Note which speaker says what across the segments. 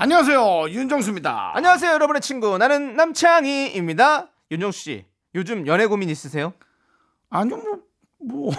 Speaker 1: 안녕하세요 윤정수입니다.
Speaker 2: 안녕하세요, 여러분의 친구. 나는 남창희입니다. 윤정수 씨, 요즘 연애 고민 있으세요?
Speaker 1: 아니요 뭐, 뭐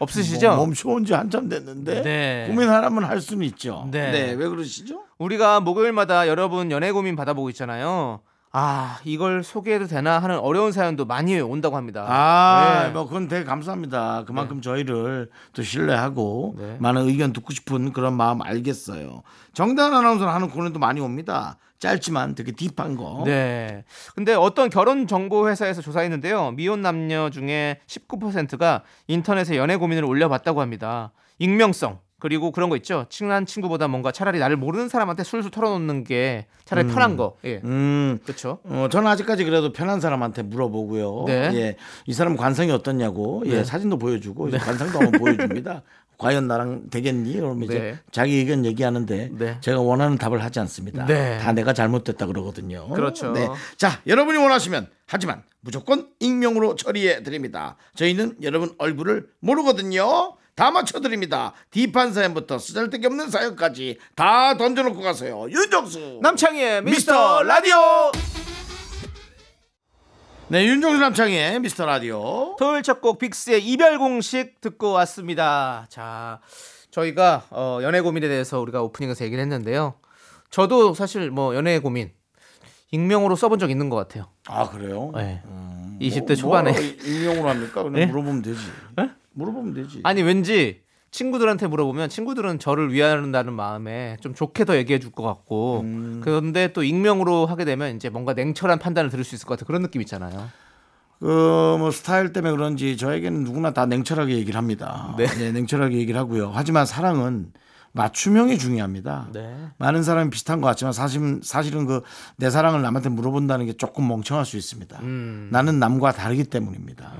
Speaker 2: 없으시죠?
Speaker 1: 멈춰온 지 한참 됐는데
Speaker 2: 네.
Speaker 1: 고민하라면 할 수는 있죠.
Speaker 2: 네.
Speaker 1: 네, 왜 그러시죠?
Speaker 2: 우리가 목요일마다 여러분 연애 고민 받아보고 있잖아요. 아, 이걸 소개해도 되나 하는 어려운 사연도 많이 온다고 합니다.
Speaker 1: 아,
Speaker 2: 네.
Speaker 1: 뭐 그건 되게 감사합니다. 그만큼 저희를 또 신뢰하고
Speaker 2: 네.
Speaker 1: 많은 의견 듣고 싶은 그런 마음 알겠어요. 정다은 아나운서는 하는 코너도 많이 옵니다. 짧지만 되게 딥한 거.
Speaker 2: 네. 근데 어떤 결혼 정보 회사에서 조사했는데요. 미혼 남녀 중에 19%가 인터넷에 연애 고민을 올려봤다고 합니다. 익명성 그리고 그런 거 있죠. 친한 친구보다 뭔가 차라리 나를 모르는 사람한테 술술 털어놓는 게 차라리 편한 거. 예.
Speaker 1: 음,
Speaker 2: 그렇죠.
Speaker 1: 어, 저는 아직까지 그래도 편한 사람한테 물어보고요.
Speaker 2: 네.
Speaker 1: 예, 이 사람 관상이 어떻냐고, 예, 사진도 보여주고
Speaker 2: 네.
Speaker 1: 이제 관상도 한번 보여줍니다. 과연 나랑 되겠니? 그러면 이제
Speaker 2: 네.
Speaker 1: 자기 의견 얘기하는데
Speaker 2: 네.
Speaker 1: 제가 원하는 답을 하지 않습니다.
Speaker 2: 네.
Speaker 1: 다 내가 잘못됐다 그러거든요.
Speaker 2: 그렇죠.
Speaker 1: 네. 자, 여러분이 원하시면 하지만 무조건 익명으로 처리해 드립니다. 저희는 여러분 얼굴을 모르거든요. 다 맞춰 드립니다. 딥한 사연부터 쓰잘데기 없는 사연까지 다 던져놓고 가세요. 윤정수
Speaker 2: 남창희의
Speaker 1: 미스터
Speaker 2: 미스터
Speaker 1: 라디오. 네, 윤종수 남창의 미스터 라디오.
Speaker 2: 토요일 첫 곡 빅스의 이별 공식 듣고 왔습니다. 자, 저희가 어, 연애 고민에 대해서 우리가 오프닝에서 얘기를 했는데요. 저도 사실 뭐 연애 고민 익명으로 써본 적 있는 것 같아요.
Speaker 1: 아 그래요?
Speaker 2: 네.
Speaker 1: 음,
Speaker 2: 20대 초반에.
Speaker 1: 뭐 익명으로 합니까? 그냥
Speaker 2: 네?
Speaker 1: 물어보면 되지. 물어보면 되지.
Speaker 2: 아니 왠지 친구들한테 물어보면 친구들은 저를 위한다는 마음에 좀 좋게 더 얘기해 줄 것 같고 그런데 또 익명으로 하게 되면 이제 뭔가 냉철한 판단을 들을 수 있을 것 같은 그런 느낌 있잖아요.
Speaker 1: 그뭐 스타일 때문에 그런지 저에게는 누구나 다 냉철하게 얘기를 합니다.
Speaker 2: 네.
Speaker 1: 네, 냉철하게 얘기를 하고요. 하지만 사랑은 맞춤형이 중요합니다.
Speaker 2: 네.
Speaker 1: 많은 사람이 비슷한 것 같지만 사실, 사실은 그 내 사랑을 남한테 물어본다는 게 조금 멍청할 수 있습니다.
Speaker 2: 음.
Speaker 1: 나는 남과 다르기 때문입니다.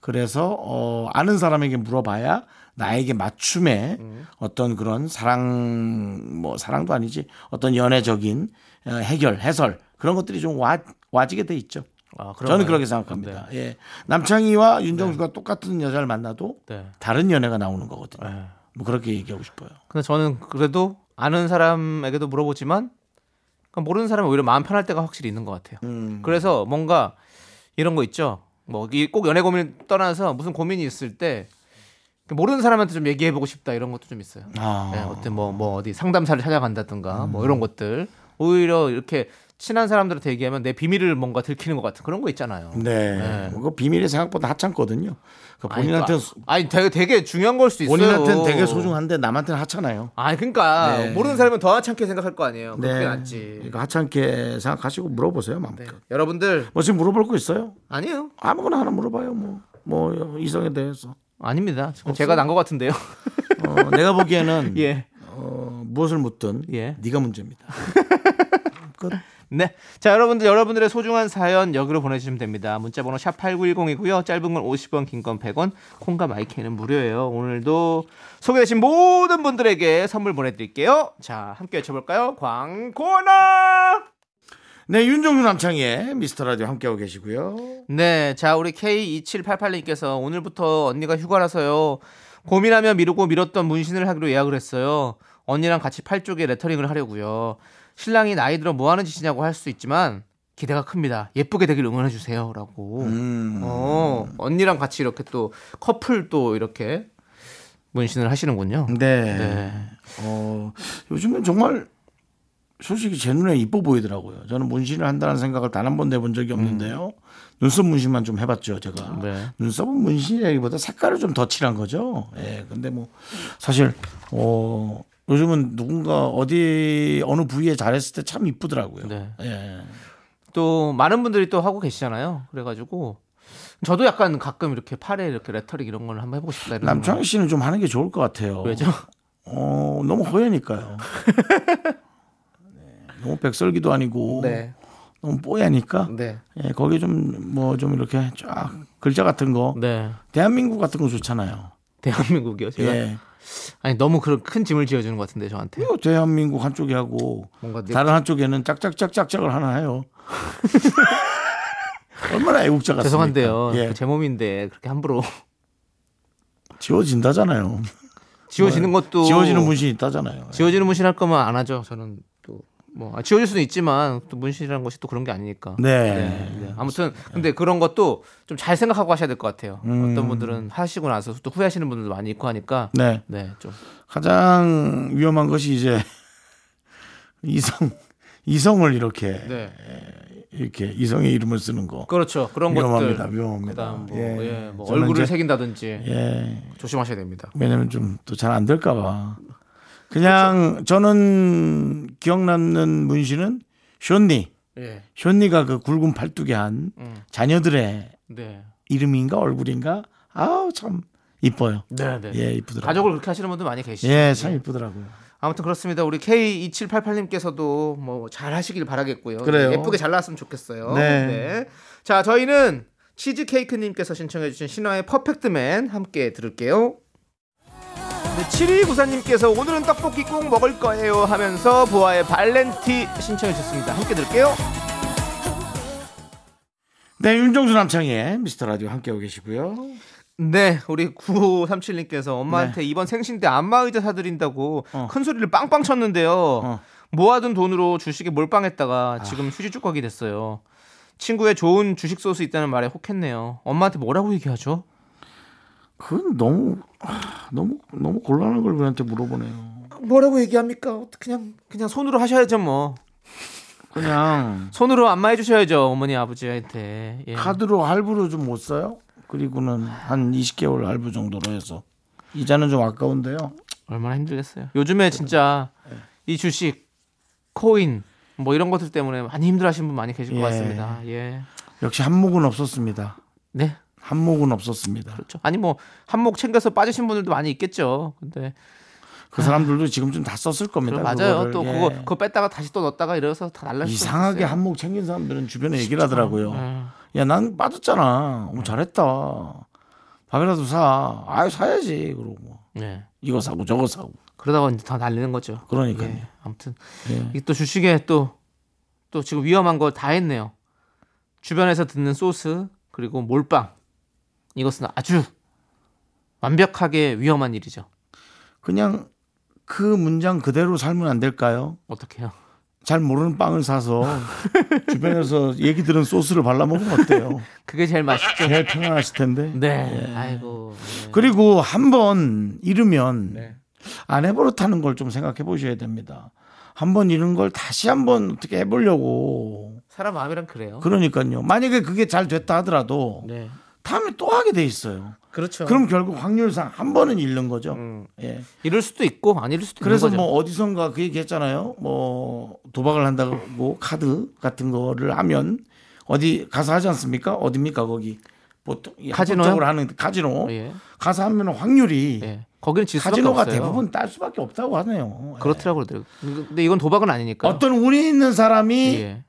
Speaker 1: 그래서 어, 아는 사람에게 물어봐야 나에게 맞춤의
Speaker 2: 음.
Speaker 1: 어떤 그런 사랑 뭐 사랑도 아니지 어떤 연애적인 어, 해결 해설 그런 것들이 좀 와, 와지게 돼 있죠.
Speaker 2: 아,
Speaker 1: 저는
Speaker 2: 그러네요. 아,
Speaker 1: 그렇게 생각합니다. 예. 남창희와 윤정수가 똑같은 여자를 만나도
Speaker 2: 네.
Speaker 1: 다른 연애가 나오는 거거든요. 뭐 그렇게 얘기하고 싶어요.
Speaker 2: 근데 저는 그래도 아는 사람에게도 물어보지만 그러니까 모르는 사람이 오히려 마음 편할 때가 확실히 있는 것 같아요.
Speaker 1: 음.
Speaker 2: 그래서 뭔가 이런 거 있죠. 뭐 꼭 연애 고민 떠나서 무슨 고민이 있을 때 모르는 사람한테 좀 얘기해 보고 싶다 이런 것도 좀 있어요.
Speaker 1: 아. 음.
Speaker 2: 네, 어떤 뭐, 뭐 어디 상담사를 찾아간다든가 뭐 이런 것들 오히려 이렇게 친한 사람들한테 얘기하면 내 비밀을 뭔가 들키는 것 같은 그런 거 있잖아요.
Speaker 1: 네. 그 비밀이 생각보다 하찮거든요. 그
Speaker 2: 아니,
Speaker 1: 본인한테
Speaker 2: 또- 아니 되게 되게 중요한 걸 수도 있어요.
Speaker 1: 본인한테는 되게 소중한데 남한테는 하찮아요.
Speaker 2: 아, 그러니까
Speaker 1: 네.
Speaker 2: 모르는 사람은 더 하찮게 생각할 거 아니에요. 그게 낫지.
Speaker 1: 그러니까 하찮게 생각하시고 물어보세요 마음껏.
Speaker 2: 네. 여러분들
Speaker 1: 뭐 지금 물어볼 거 있어요?
Speaker 2: 아니에요.
Speaker 1: 아무거나 하나 물어봐요. 뭐, 뭐 이성에 대해서.
Speaker 2: 아닙니다. 지금 제가 난 것 같은데요.
Speaker 1: 어, 내가 보기에는
Speaker 2: 예.
Speaker 1: 어, 무엇을 묻든
Speaker 2: 예.
Speaker 1: 네가 문제입니다. 끝.
Speaker 2: 네. 자, 여러분들 여러분들의 소중한 사연 여기로 보내 주시면 됩니다. 문자 번호 샵 8910이고요. 짧은 건 50원, 긴 건 100원. 콩과 마이크는 무료예요. 오늘도 소개되신 모든 분들에게 선물 보내 드릴게요. 자, 함께 외쳐 볼까요? 광고나!
Speaker 1: 네, 윤종수 남창희의 미스터 라디오 함께하고 계시고요.
Speaker 2: 네, 자 우리 K2788님께서 오늘부터 언니가 휴가라서요. 고민하며 미루고 미뤘던 문신을 하기로 예약을 했어요. 언니랑 같이 팔 쪽에 레터링을 하려고요. 신랑이 나이 들어 뭐 하는 짓이냐고 할 수 있지만 기대가 큽니다. 예쁘게 되길 응원해 주세요라고.
Speaker 1: 음.
Speaker 2: 어, 언니랑 같이 이렇게 또 커플 또 이렇게 문신을 하시는군요.
Speaker 1: 네.
Speaker 2: 네.
Speaker 1: 어, 요즘은 정말 솔직히 제 눈에 이뻐 보이더라고요. 저는 문신을 한다는 생각을 단 한 번도 해본 적이 없는데요. 눈썹 문신만 좀 해봤죠, 제가.
Speaker 2: 음. 네.
Speaker 1: 눈썹은 문신이라기보다 색깔을 좀 더 칠한 거죠. 예, 근데 뭐, 사실, 어, 요즘은 누군가 어디, 어느 부위에 잘했을 때 참 이쁘더라고요.
Speaker 2: 네.
Speaker 1: 예.
Speaker 2: 또 많은 분들이 또 하고 계시잖아요. 그래가지고 저도 약간 가끔 이렇게 팔에 이렇게 레터링 이런 걸 한번 해보고 싶다. 이런
Speaker 1: 남창희 씨는 좀 하는 게 좋을 것 같아요.
Speaker 2: 생각. 왜죠?
Speaker 1: 어, 너무 허여니까요. 네, 너무 백설기도 아니고
Speaker 2: 네.
Speaker 1: 너무 뽀야니까
Speaker 2: 네.
Speaker 1: 예, 거기 좀 뭐 좀 이렇게 쫙 글자 같은 거
Speaker 2: 네.
Speaker 1: 대한민국 같은 거 좋잖아요.
Speaker 2: 대한민국이요, 제가.
Speaker 1: 예. 음.
Speaker 2: 아니, 너무 그런 큰 짐을 지어 주는 것 같은데 저한테.
Speaker 1: 또 대한민국 한쪽에 하고
Speaker 2: 뭔가 내-
Speaker 1: 다른 한쪽에는 짝짝짝짝짝을 하나 해요. 얼마나 애국자 같습니까?
Speaker 2: 죄송한데요.
Speaker 1: 예,
Speaker 2: 제 몸인데 그렇게 함부로
Speaker 1: 지워진다잖아요.
Speaker 2: 지워지는 것도
Speaker 1: 뭐, 지워지는 문신이 있다잖아요.
Speaker 2: 지워지는 문신 할 거면 안 하죠. 저는 또 뭐 지워질 수는 있지만 또 문신이라는 것이 또 그런 게 아니니까.
Speaker 1: 네.
Speaker 2: 네. 아무튼 근데 그런 것도 좀 잘 생각하고 하셔야 될 것 같아요.
Speaker 1: 음.
Speaker 2: 어떤 분들은 하시고 나서 또 후회하시는 분들도 많이 있고 하니까
Speaker 1: 네.
Speaker 2: 네, 좀
Speaker 1: 가장 위험한 것이 이제 이성 이성을 이렇게
Speaker 2: 네.
Speaker 1: 이렇게 이성의 이름을 쓰는 거
Speaker 2: 그렇죠. 그런
Speaker 1: 위험합니다.
Speaker 2: 것들
Speaker 1: 위험합니다.
Speaker 2: 그다음 뭐, 예, 뭐
Speaker 1: 저는
Speaker 2: 얼굴을
Speaker 1: 이제-
Speaker 2: 새긴다든지
Speaker 1: 예.
Speaker 2: 조심하셔야 됩니다.
Speaker 1: 왜냐면 좀 또 잘 안 될까 봐. 그냥
Speaker 2: 그렇죠.
Speaker 1: 저는 기억나는 문신은 쇼니.
Speaker 2: 예.
Speaker 1: 쇼니가 그 굵은 팔뚝에 한
Speaker 2: 음.
Speaker 1: 자녀들의
Speaker 2: 네.
Speaker 1: 이름인가 얼굴인가 아우 참 이뻐요.
Speaker 2: 네, 네.
Speaker 1: 예, 이쁘더라고요.
Speaker 2: 가족을 그렇게 하시는 분들 많이 계시죠.
Speaker 1: 예, 참 이쁘더라고요.
Speaker 2: 아무튼 그렇습니다. 우리 K2788님께서도 뭐 잘 하시길 바라겠고요.
Speaker 1: 그래요.
Speaker 2: 예쁘게 잘 나왔으면 좋겠어요.
Speaker 1: 네.
Speaker 2: 자, 저희는 치즈케이크님께서 신청해주신 신화의 퍼펙트맨 함께 들을게요. 네, 7위 구사님께서 오늘은 떡볶이 꼭 먹을 거예요 하면서 보아의 발렌티 신청해주셨습니다. 함께 들을게요.
Speaker 1: 네, 윤정수 남창희의 미스터 라디오 함께하고 계시고요.
Speaker 2: 네, 우리 9537님께서 엄마한테 이번 생신 때 안마의자 사드린다고
Speaker 1: 어.
Speaker 2: 큰 소리를 빵빵 쳤는데요.
Speaker 1: 어.
Speaker 2: 모아둔 돈으로 주식에 몰빵했다가 지금 휴지 쭈꺼기 됐어요. 친구의 좋은 주식 소스 있다는 말에 혹했네요. 엄마한테 뭐라고 얘기하죠?
Speaker 1: 그건 너무 아, 너무 너무 곤란한 걸 우리한테 물어보네요.
Speaker 2: 뭐라고 얘기합니까? 그냥 그냥 손으로 하셔야죠 뭐.
Speaker 1: 그냥
Speaker 2: 손으로 안마해 주셔야죠 어머니 아버지한테. 예.
Speaker 1: 카드로 할부로 좀 못 써요. 그리고는 한 20개월 할부 정도로 해서 이자는 좀 아까운데요.
Speaker 2: 얼마나 힘들겠어요. 요즘에 진짜 이 주식, 코인 뭐 이런 것들 때문에 많이 힘들어하시는 분 많이 계실
Speaker 1: 예.
Speaker 2: 것 같습니다. 예.
Speaker 1: 역시 한몫은 없었습니다.
Speaker 2: 네.
Speaker 1: 한몫은 없었습니다.
Speaker 2: 그렇죠. 아니 뭐 한몫 챙겨서 빠지신 분들도 많이 있겠죠. 근데
Speaker 1: 그 사람들도 지금쯤 다 썼을 겁니다.
Speaker 2: 맞아요.
Speaker 1: 그거를.
Speaker 2: 또
Speaker 1: 예.
Speaker 2: 그거 그거 뺐다가 다시 또 넣었다가 예. 이래서 다 날라.
Speaker 1: 이상하게 한몫 챙긴 사람들은 주변에 얘기를 하더라고요. 야 난 빠졌잖아. 어, 잘했다. 밥이라도 사. 아유 사야지. 그러고 뭐
Speaker 2: 네.
Speaker 1: 이거 사고 저거 사고.
Speaker 2: 그러다가 이제 다 날리는 거죠.
Speaker 1: 그러니까요.
Speaker 2: 예. 아무튼
Speaker 1: 예.
Speaker 2: 이게 또 주식에 또 또 지금 위험한 거 다 했네요. 주변에서 듣는 소스 그리고 몰빵 이것은 아주 완벽하게 위험한 일이죠.
Speaker 1: 그냥 그 문장 그대로 살면 안 될까요?
Speaker 2: 어떻게요?
Speaker 1: 잘 모르는 빵을 사서 주변에서 얘기 들은 소스를 발라 먹으면 어때요?
Speaker 2: 그게 제일 맛있죠.
Speaker 1: 제일 편안하실 텐데.
Speaker 2: 네. 아이고. 네.
Speaker 1: 예. 그리고 한 번 잃으면
Speaker 2: 네.
Speaker 1: 안 해버릇하는 걸 좀 생각해 보셔야 됩니다. 한 번 잃은 걸 다시 한 번 어떻게 해보려고.
Speaker 2: 사람 마음이란 그래요.
Speaker 1: 그러니까요. 만약에 그게 잘 됐다 하더라도
Speaker 2: 네.
Speaker 1: 다음에 또 하게 돼 있어요.
Speaker 2: 그렇죠. 음.
Speaker 1: 그럼 결국 확률상 한 번은 잃는 거죠. 예.
Speaker 2: 이럴 수도 있고 안 이럴 수도
Speaker 1: 그래서
Speaker 2: 있는 거죠.
Speaker 1: 뭐 어디선가 그 얘기 했잖아요. 뭐 도박을 한다고 카드 같은 거를 하면 어디 가서 하지 않습니까? 어딥니까 거기 보통 이
Speaker 2: 카지노요?
Speaker 1: 합법적으로 하는 카지노
Speaker 2: 예.
Speaker 1: 가서 하면 확률이
Speaker 2: 예. 거기는 질 수밖에
Speaker 1: 카지노가
Speaker 2: 없어요.
Speaker 1: 대부분 딸 수밖에 없다고 하네요. 예.
Speaker 2: 그렇더라고 그러더라고. 근데 이건 도박은 아니니까.
Speaker 1: 어떤 운이 있는 사람이
Speaker 2: 예.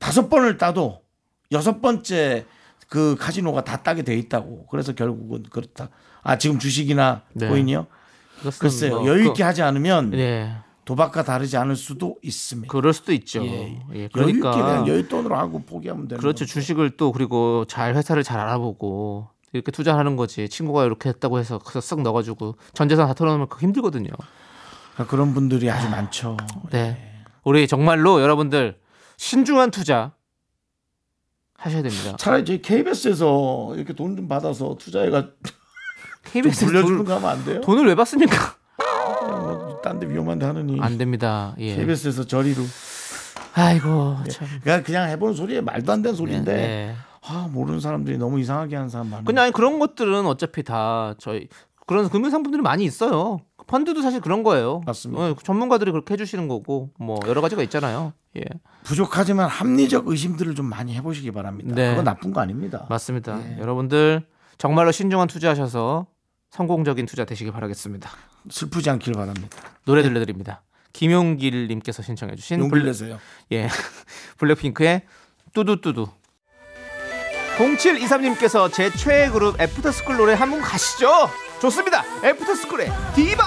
Speaker 1: 다섯 번을 따도 여섯 번째 그 카지노가 다 따게 돼 있다고. 그래서 결국은 그렇다. 아 지금 주식이나
Speaker 2: 네.
Speaker 1: 코인이요?
Speaker 2: 그것은
Speaker 1: 글쎄요.
Speaker 2: 뭐
Speaker 1: 여유
Speaker 2: 그-
Speaker 1: 있게 하지 않으면
Speaker 2: 예.
Speaker 1: 도박과 다르지 않을 수도 있습니다.
Speaker 2: 그럴 수도 있죠.
Speaker 1: 예.
Speaker 2: 예.
Speaker 1: 여유 있게
Speaker 2: 그러니까
Speaker 1: 그냥 여유 돈으로 하고 포기하면 되는 거죠.
Speaker 2: 그렇죠. 주식을 또 그리고 잘 회사를 잘 알아보고 이렇게 투자하는 거지. 친구가 이렇게 했다고 해서 그래서 쓱 넣어가지고 전 재산 다 털어놓으면 그거 힘들거든요.
Speaker 1: 그러니까 그런 분들이 아주 많죠.
Speaker 2: 네. 우리 정말로 여러분들 신중한 투자 하셔야 됩니다.
Speaker 1: 차라리 저희 KBS에서 이렇게 돈 좀 받아서 투자해가 좀
Speaker 2: KBS
Speaker 1: 불려주는
Speaker 2: 돈,
Speaker 1: 거 하면 안 돼요? 뭐
Speaker 2: 돈을 왜 받습니까?
Speaker 1: 딴 데 위험한데 하느니
Speaker 2: 안 됩니다. 예.
Speaker 1: 음. KBS에서 예. 저리로 그러니까
Speaker 2: 아이고 참.
Speaker 1: 그냥 그냥 해보는 소리에 말도 안 되는 소리인데
Speaker 2: 네.
Speaker 1: 아 모르는 사람들이 너무 이상하게 하는 사람 많아요.
Speaker 2: 음. 그냥 아니, 그런 것들은 어차피 다 저희 그런 금융 상품들이 많이 있어요. 펀드도 사실 그런 거예요.
Speaker 1: 맞습니다.
Speaker 2: 어, 전문가들이 그렇게 해주시는 거고 뭐 여러 가지가 있잖아요. 예,
Speaker 1: 부족하지만 합리적 의심들을 좀 많이 해보시기 바랍니다.
Speaker 2: 네.
Speaker 1: 그건 나쁜 거 아닙니다.
Speaker 2: 맞습니다. 여러분들 정말로 신중한 투자하셔서 성공적인 투자 되시길 바라겠습니다.
Speaker 1: 슬프지 않길 바랍니다.
Speaker 2: 예. 노래 들려드립니다. 김용길님께서 신청해주신
Speaker 1: 용기를
Speaker 2: 블랙,
Speaker 1: 내세요.
Speaker 2: 예, 블랙핑크의 뚜두뚜두 0723님께서 제 최애 그룹 애프터스쿨 노래 한 번 가시죠 좋습니다 애프터스쿨의 디바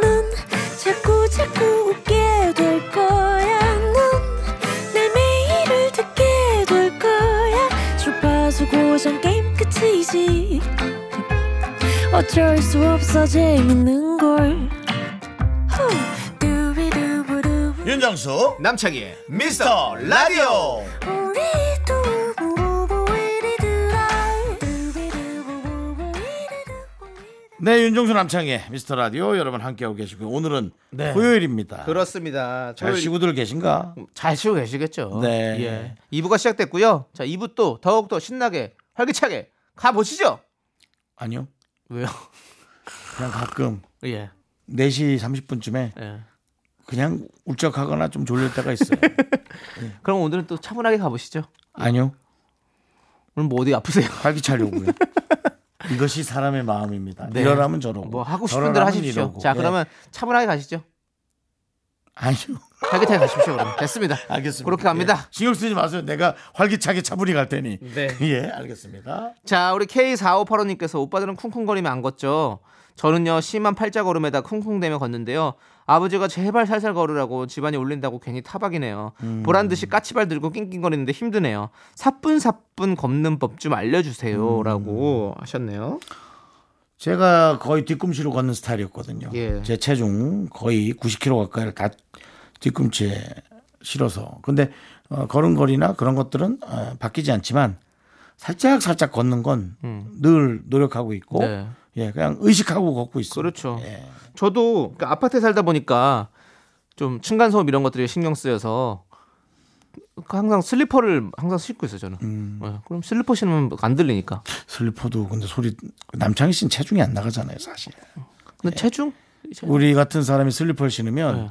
Speaker 3: 넌 자꾸 자꾸 웃게 될 거야. 넌내 매일을 듣게 될 거야. 주파수 고정 게임 끝이지. 어쩔 수 없어 재밌는 걸. 후. 두비두부두부.
Speaker 4: 윤정수
Speaker 2: 남창희의
Speaker 4: 미스터 라디오
Speaker 3: 우리 두부부부 우리들아. 두비두부부부 우리들아.
Speaker 1: 네, 윤종수 남창의 미스터 라디오 여러분 함께하고 계시고요. 오늘은 토요일입니다.
Speaker 2: 네. 그렇습니다
Speaker 1: 잘 쉬고들 계신가?
Speaker 2: 아. 잘 쉬고 계시겠죠
Speaker 1: 네.
Speaker 2: 예. 2부가 시작됐고요 자 2부 또 더욱더 신나게 활기차게 가보시죠
Speaker 1: 아니요.
Speaker 2: 왜요?
Speaker 1: 그냥 가끔
Speaker 2: 예.
Speaker 1: 4시 30분쯤에
Speaker 2: 예.
Speaker 1: 그냥 울적하거나 좀 졸릴 때가 있어요.
Speaker 2: 그럼 오늘은 또 차분하게 가보시죠.
Speaker 1: 아니요.
Speaker 2: 오늘 뭐 어디 아프세요?
Speaker 1: 활기차려고요. 이것이 사람의 마음입니다.
Speaker 2: 네.
Speaker 1: 이러라면 저러고.
Speaker 2: 뭐 하고 싶은
Speaker 1: 저러라면
Speaker 2: 대로 하십시오.
Speaker 1: 이러고.
Speaker 2: 자,
Speaker 1: 예.
Speaker 2: 그러면 차분하게 가시죠.
Speaker 1: 아니요.
Speaker 2: 타깃하게 가십시오. 그럼 됐습니다.
Speaker 1: 알겠습니다.
Speaker 2: 그렇게 갑니다.
Speaker 1: 예. 신경 쓰지 마세요. 내가 활기차게 차분히 갈 테니.
Speaker 2: 네.
Speaker 1: 예, 알겠습니다.
Speaker 2: 자, 우리 K4585님께서 오빠들은 쿵쿵거리면 안 걷죠. 저는요 심한 팔자 걸음에다 쿵쿵대며 걷는데요. 아버지가 제발 살살 걸으라고 집안이 울린다고 괜히 타박이네요. 보란 듯이 까치발 들고 낑낑거리는데 힘드네요. 사뿐사뿐 걷는 법 좀 알려주세요라고 하셨네요.
Speaker 1: 제가 거의 뒤꿈치로 걷는 스타일이었거든요.
Speaker 2: 예.
Speaker 1: 제 체중 거의 90kg 가까이를 다 뒤꿈치에 실어서. 근데 어, 걸음걸이나 그런 것들은 어, 바뀌지 않지만 살짝 살짝 걷는 건 늘 노력하고 있고
Speaker 2: 음. 네.
Speaker 1: 예, 그냥 의식하고 걷고 있어요.
Speaker 2: 그렇죠.
Speaker 1: 예.
Speaker 2: 저도 그러니까 아파트에 살다 보니까 좀 층간 소음 이런 것들이 신경 쓰여서 항상 슬리퍼를 항상 신고 있어요 저는. 예, 그럼 슬리퍼 신으면 안 들리니까.
Speaker 1: 슬리퍼도 근데 소리 남창희 씨는 체중이 안 나가잖아요, 사실.
Speaker 2: 근데 체중? 체-
Speaker 1: 우리 같은 사람이 슬리퍼를 신으면
Speaker 2: 네.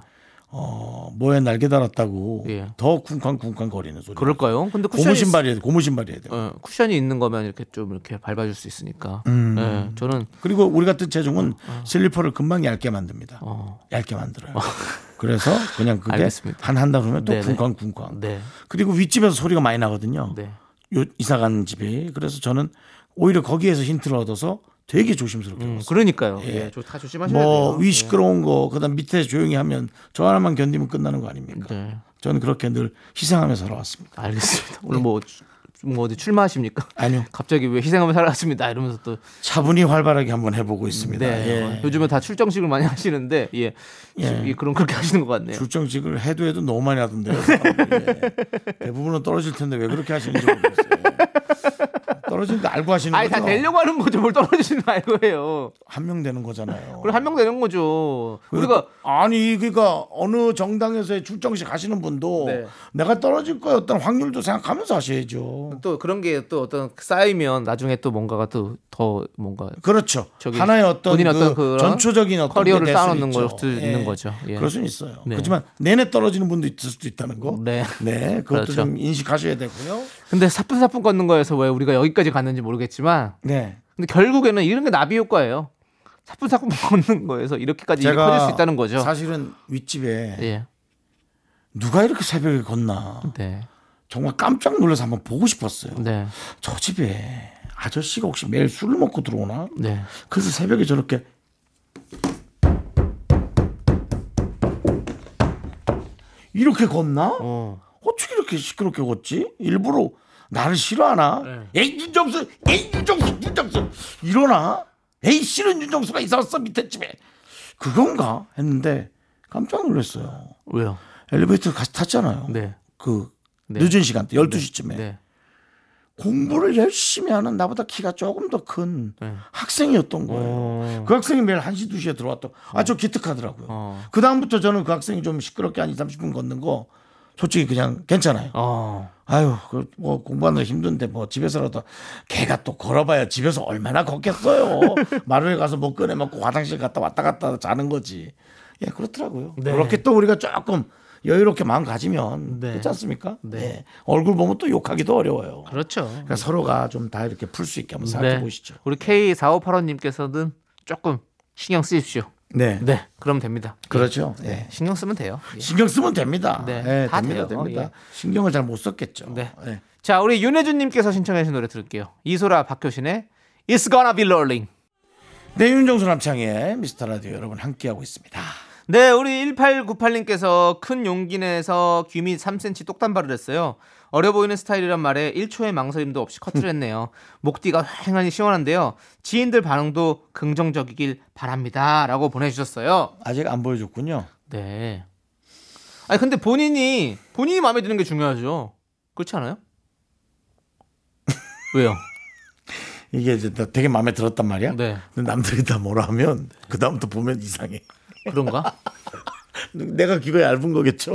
Speaker 1: 어, 뭐에 날개 달았다고
Speaker 2: 예.
Speaker 1: 더 쿵쾅쿵쾅 거리는 소리.
Speaker 2: 그럴까요? 근데
Speaker 1: 고무
Speaker 2: 쿠션이
Speaker 1: 신발이에요. 고무 신발이에요.
Speaker 2: 예, 쿠션이 있는 거면 이렇게 좀 이렇게 밟아줄 수 있으니까.
Speaker 1: 음.
Speaker 2: 예, 저는
Speaker 1: 그리고 우리 같은 체중은 슬리퍼를 금방 얇게 만듭니다.
Speaker 2: 어.
Speaker 1: 얇게 만들어요. 그래서 그냥 그게
Speaker 2: 알겠습니다.
Speaker 1: 한 한 달 후면 또
Speaker 2: 네네.
Speaker 1: 쿵쾅쿵쾅.
Speaker 2: 네,
Speaker 1: 그리고 윗집에서 소리가 많이 나거든요.
Speaker 2: 네.
Speaker 1: 요 이사 가는 집이. 그래서 저는 오히려 거기에서 힌트를 얻어서 되게 조심스럽게
Speaker 2: 음,
Speaker 1: 걷어요.
Speaker 2: 그러니까요.
Speaker 1: 예.
Speaker 2: 예, 저- 다 조심하셔야 돼요.
Speaker 1: 뭐
Speaker 2: 예.
Speaker 1: 위 시끄러운 거 그다음 밑에 조용히 하면 저 하나만 견디면 끝나는 거 아닙니까?
Speaker 2: 네,
Speaker 1: 저는 그렇게 늘 희생하며 살아왔습니다.
Speaker 2: 알겠습니다. 오늘 뭐, 뭐 어디 출마하십니까?
Speaker 1: 네. 아니요.
Speaker 2: 갑자기 왜 희생하면 살아왔습니다 이러면서 또
Speaker 1: 차분히 활발하게 한번 해보고 있습니다.
Speaker 2: 네.
Speaker 1: 예.
Speaker 2: 요즘은 다 출정식을 많이 하시는데 예.
Speaker 1: 예.
Speaker 2: 예, 그럼 그렇게 하시는 것 같네요.
Speaker 1: 출정식을 해도 해도 너무 많이 하던데요. 예. 대부분은 떨어질 텐데 왜 그렇게 하시는지 모르겠어요. 예. 떨어지는데 알고 하시는
Speaker 2: 아니
Speaker 1: 거죠.
Speaker 2: 다 되려고 하는 거죠. 뭘 떨어지지 말고 해요.
Speaker 1: 한 명 되는 거잖아요.
Speaker 2: 그럼 한 명 되는 거죠.
Speaker 1: 그러니까
Speaker 2: 우리가
Speaker 1: 아니 그러니까 어느 정당에서의 출정식 하시는 분도
Speaker 2: 네.
Speaker 1: 내가 떨어질 거에 어떤 확률도 생각하면서 하셔야죠.
Speaker 2: 또 그런 게 또 어떤 쌓이면 나중에 또 뭔가가 또 더 뭔가
Speaker 1: 그렇죠.
Speaker 2: 저기
Speaker 1: 하나의 어떤,
Speaker 2: 본인의
Speaker 1: 그
Speaker 2: 어떤 그런
Speaker 1: 전초적인 어떤
Speaker 2: 커리어를
Speaker 1: 게 될수
Speaker 2: 쌓아놓는
Speaker 1: 있죠.
Speaker 2: 걸 수도 있는 거죠. 예.
Speaker 1: 그럴 수는 있어요.
Speaker 2: 네.
Speaker 1: 그렇지만 내내 떨어지는 분도 있을 수도 있다는 거.
Speaker 2: 네.
Speaker 1: 그것도
Speaker 2: 그렇죠.
Speaker 1: 좀 인식하셔야 되고요.
Speaker 2: 근데 사뿐사뿐 걷는 거에서 왜 우리가 여기까지 갔는지 모르겠지만
Speaker 1: 네.
Speaker 2: 근데 결국에는 이런 게 나비 효과예요. 사뿐사뿐 걷는 거에서 이렇게까지 일이 커질 수 있다는 거죠.
Speaker 1: 사실은 윗집에
Speaker 2: 예.
Speaker 1: 누가 이렇게 새벽에 걷나
Speaker 2: 네.
Speaker 1: 정말 깜짝 놀라서 한번 보고 싶었어요.
Speaker 2: 네.
Speaker 1: 저 집에 아저씨가 혹시 매일 술을 먹고 들어오나?
Speaker 2: 네.
Speaker 1: 그래서 새벽에 저렇게 이렇게 걷나?
Speaker 2: 어.
Speaker 1: 어떻게 이렇게 시끄럽게 걷지? 일부러 나를 싫어하나?
Speaker 2: 네.
Speaker 1: 에이 윤정수, 에이 윤정수, 윤정수 일어나? 에이 싫은 윤정수가 이사 왔어 밑에 집에 그건가 했는데 깜짝 놀랐어요.
Speaker 2: 왜요?
Speaker 1: 엘리베이터 같이 탔잖아요.
Speaker 2: 네.
Speaker 1: 그
Speaker 2: 네.
Speaker 1: 늦은 시간대 12시쯤에
Speaker 2: 네.
Speaker 1: 공부를 열심히 하는 나보다 키가 조금 더 큰
Speaker 2: 네.
Speaker 1: 학생이었던 거예요.
Speaker 2: 어.
Speaker 1: 그 학생이 매일 1시, 2시에 들어왔던 아, 저 기특하더라고요.
Speaker 2: 어.
Speaker 1: 그다음부터 저는 그 학생이 좀 시끄럽게 한 2, 30분 걷는 거 솔직히 그냥 괜찮아요.
Speaker 2: 어.
Speaker 1: 아유, 그, 뭐, 공부하느라 힘든데, 뭐, 집에서라도, 걔가 또 걸어봐야 집에서 얼마나 걷겠어요. 마루에 가서 뭐 꺼내먹고 화장실 갔다 왔다 갔다 자는 거지. 예, 그렇더라고요. 그렇게 또 우리가 조금 여유롭게 마음 가지면,
Speaker 2: 네.
Speaker 1: 그렇지 않습니까?
Speaker 2: 네.
Speaker 1: 예. 얼굴 보면 또 욕하기도 어려워요. 그러니까
Speaker 2: 그렇죠. 네.
Speaker 1: 서로가 좀 다 이렇게 풀 수 있게 한번 생각해 보시죠.
Speaker 2: 우리 K 4 5 8 5님께서는 조금 신경 쓰십시오.
Speaker 1: 네.
Speaker 2: 네, 그럼 됩니다.
Speaker 1: 그렇죠. 예.
Speaker 2: 신경 쓰면 돼요. 예.
Speaker 1: 신경 쓰면 됩니다.
Speaker 2: 네,
Speaker 1: 예,
Speaker 2: 다
Speaker 1: 됩니다.
Speaker 2: 돼요.
Speaker 1: 됩니다.
Speaker 2: 예.
Speaker 1: 신경을 잘 못 썼겠죠.
Speaker 2: 네.
Speaker 1: 예.
Speaker 2: 자, 우리 윤혜준님께서 신청해 주신 노래 들을게요. 이소라 박효신의 It's Gonna Be Rolling.
Speaker 1: 네, 윤정수 남창의 미스터 라디오 여러분 함께하고 있습니다.
Speaker 2: 네, 우리 1898님께서 큰 용기 내서 귀밑 3cm 똑단발을 했어요. 어려 보이는 스타일이란 말에 1초의 망설임도 없이 커트를 했네요. 목뒤가 휑하니 시원한데요. 지인들 반응도 긍정적이길 바랍니다. 라고 보내주셨어요.
Speaker 1: 아직 안 보여줬군요.
Speaker 2: 네. 아니, 근데 본인이, 본인이 마음에 드는 게 중요하죠. 그렇지 않아요? 왜요?
Speaker 1: 이게 이제 나 되게 마음에 들었단 말이야.
Speaker 2: 네.
Speaker 1: 근데 남들이 다 뭐라 하면 그 다음부터 보면 이상해.
Speaker 2: 그런가?
Speaker 1: 내가 귀가 얇은 거겠죠.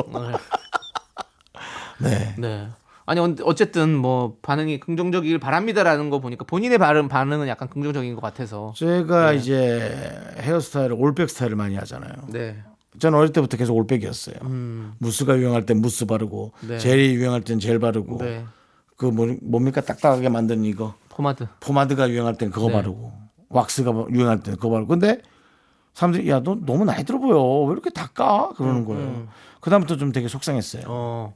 Speaker 1: 네.
Speaker 2: 네. 아니 언- 어쨌든 뭐 반응이 긍정적이길 바랍니다라는 거 보니까 본인의 발음 반응은 약간 긍정적인 것 같아서.
Speaker 1: 제가 이제 헤어스타일을 올백 스타일을 많이 하잖아요.
Speaker 2: 네.
Speaker 1: 저는 어릴 때부터 계속 올백이었어요. 무스가 유행할 땐 무스 바르고
Speaker 2: 네.
Speaker 1: 젤이 유행할 땐 젤 바르고
Speaker 2: 네.
Speaker 1: 그 뭐- 뭡니까 딱딱하게 만드는 이거
Speaker 2: 포마드.
Speaker 1: 포마드가 유행할 땐 그거
Speaker 2: 네.
Speaker 1: 바르고 왁스가 유행할 땐 그거 바르고 근데 사람들이 야 너 너무 나이 들어 보여 왜 이렇게 닦아 그러는 거예요. 음, 그다음부터 좀 되게 속상했어요.
Speaker 2: 어.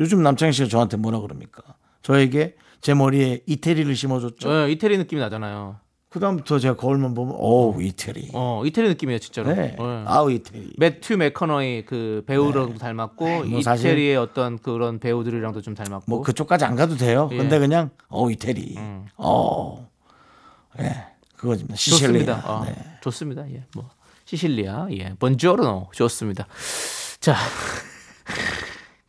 Speaker 1: 요즘 남창희 씨가 저한테 뭐라 그럽니까? 저에게 제 머리에 이태리를 심어줬죠.
Speaker 2: 예, 이태리 느낌이 나잖아요.
Speaker 1: 그다음부터 제가 거울만 보면 어우 이태리.
Speaker 2: 어, 이태리 느낌이에요, 진짜로.
Speaker 1: 네.
Speaker 2: 예.
Speaker 1: 아우 이태리.
Speaker 2: 매튜 맥커너의 그 배우랑 도 닮았고
Speaker 1: 뭐 사실-
Speaker 2: 이태리의 어떤 그런 배우들이랑도 좀 닮았고.
Speaker 1: 뭐 그쪽까지 안 가도 돼요.
Speaker 2: 예. 음.
Speaker 1: 근데 그냥 어우 이태리. 어. 예. 그거입니다. 시실리아.
Speaker 2: 좋습니다. 어,
Speaker 1: 네.
Speaker 2: 좋습니다. 예. 뭐 시실리아. 예. 번지오르노. 좋습니다. 자.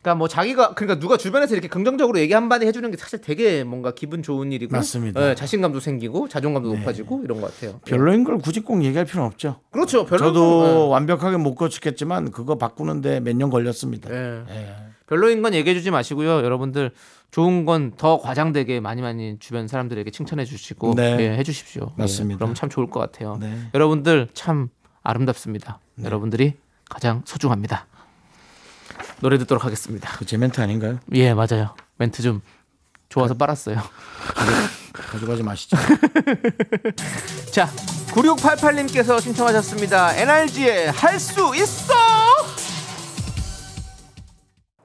Speaker 2: 그러니까 뭐 자기가 그러니까 누가 주변에서 이렇게 긍정적으로 얘기 한마디 해주는 게 사실 되게 뭔가 기분 좋은 일이고
Speaker 1: 맞습니다. 네.
Speaker 2: 예, 자신감도 생기고 자존감도 높아지고 이런 것 같아요. 예.
Speaker 1: 별로인 걸 굳이 꼭 얘기할 필요는 없죠.
Speaker 2: 그렇죠. 별로
Speaker 1: 저도 완벽하게 못 고치겠지만 그거 바꾸는데 몇 년 걸렸습니다.
Speaker 2: 예. 별로인 건 얘기해주지 마시고요. 여러분들 좋은 건 더 과장되게 많이 많이 주변 사람들에게 칭찬해 주시고
Speaker 1: 네.
Speaker 2: 예, 해주십시오.
Speaker 1: 맞습니다.
Speaker 2: 예, 그럼 참 좋을 것 같아요.
Speaker 1: 네.
Speaker 2: 여러분들 참 아름답습니다. 여러분들이 가장 소중합니다. 노래 듣도록 하겠습니다.
Speaker 1: 그제 멘트 아닌가요?
Speaker 2: 예, 맞아요. 멘트 좀
Speaker 1: 그
Speaker 2: 좋아서 빨았어요.
Speaker 1: 가져가지 마시죠.
Speaker 2: 자, 9688님께서 신청하셨습니다. NRG의 할 수 있어!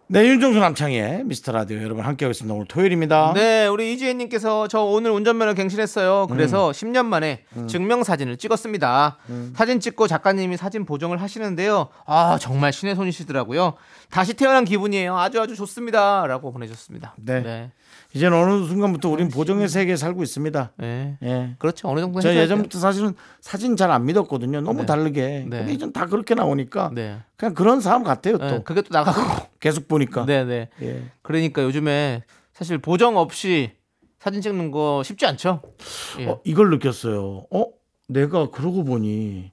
Speaker 1: 네, 윤종수 남창희의 미스터 라디오 여러분 함께하고 있습니다. 오늘 토요일입니다.
Speaker 2: 네, 우리 이지혜님께서 저 오늘 운전면허 갱신했어요.
Speaker 1: 음.
Speaker 2: 그래서 10년 만에 증명 사진을 찍었습니다. 사진 찍고 작가님이 사진 보정을 하시는데요. 아 정말 신의 손이시더라고요. 다시 태어난 기분이에요. 아주 아주 좋습니다라고 보내셨습니다.
Speaker 1: 네.
Speaker 2: 네.
Speaker 1: 이제는 어느 순간부터 우린 보정의 세계에 살고 있습니다.
Speaker 2: 네.
Speaker 1: 예.
Speaker 2: 그렇죠. 어느 정도
Speaker 1: 저
Speaker 2: 해줘야
Speaker 1: 예전부터 사실은 사진 잘 안 믿었거든요. 너무 다르게.
Speaker 2: 네.
Speaker 1: 근데 이젠 다 그렇게 나오니까
Speaker 2: 돼요. 네.
Speaker 1: 그냥 그런 사람 같아요. 또
Speaker 2: 네, 그게 또 나가고.
Speaker 1: 계속 보니까.
Speaker 2: 네, 네.
Speaker 1: 예.
Speaker 2: 그러니까 요즘에 사실 보정 없이 사진 찍는 거 쉽지 않죠. 예.
Speaker 1: 어, 이걸 느꼈어요. 어, 내가 그러고 보니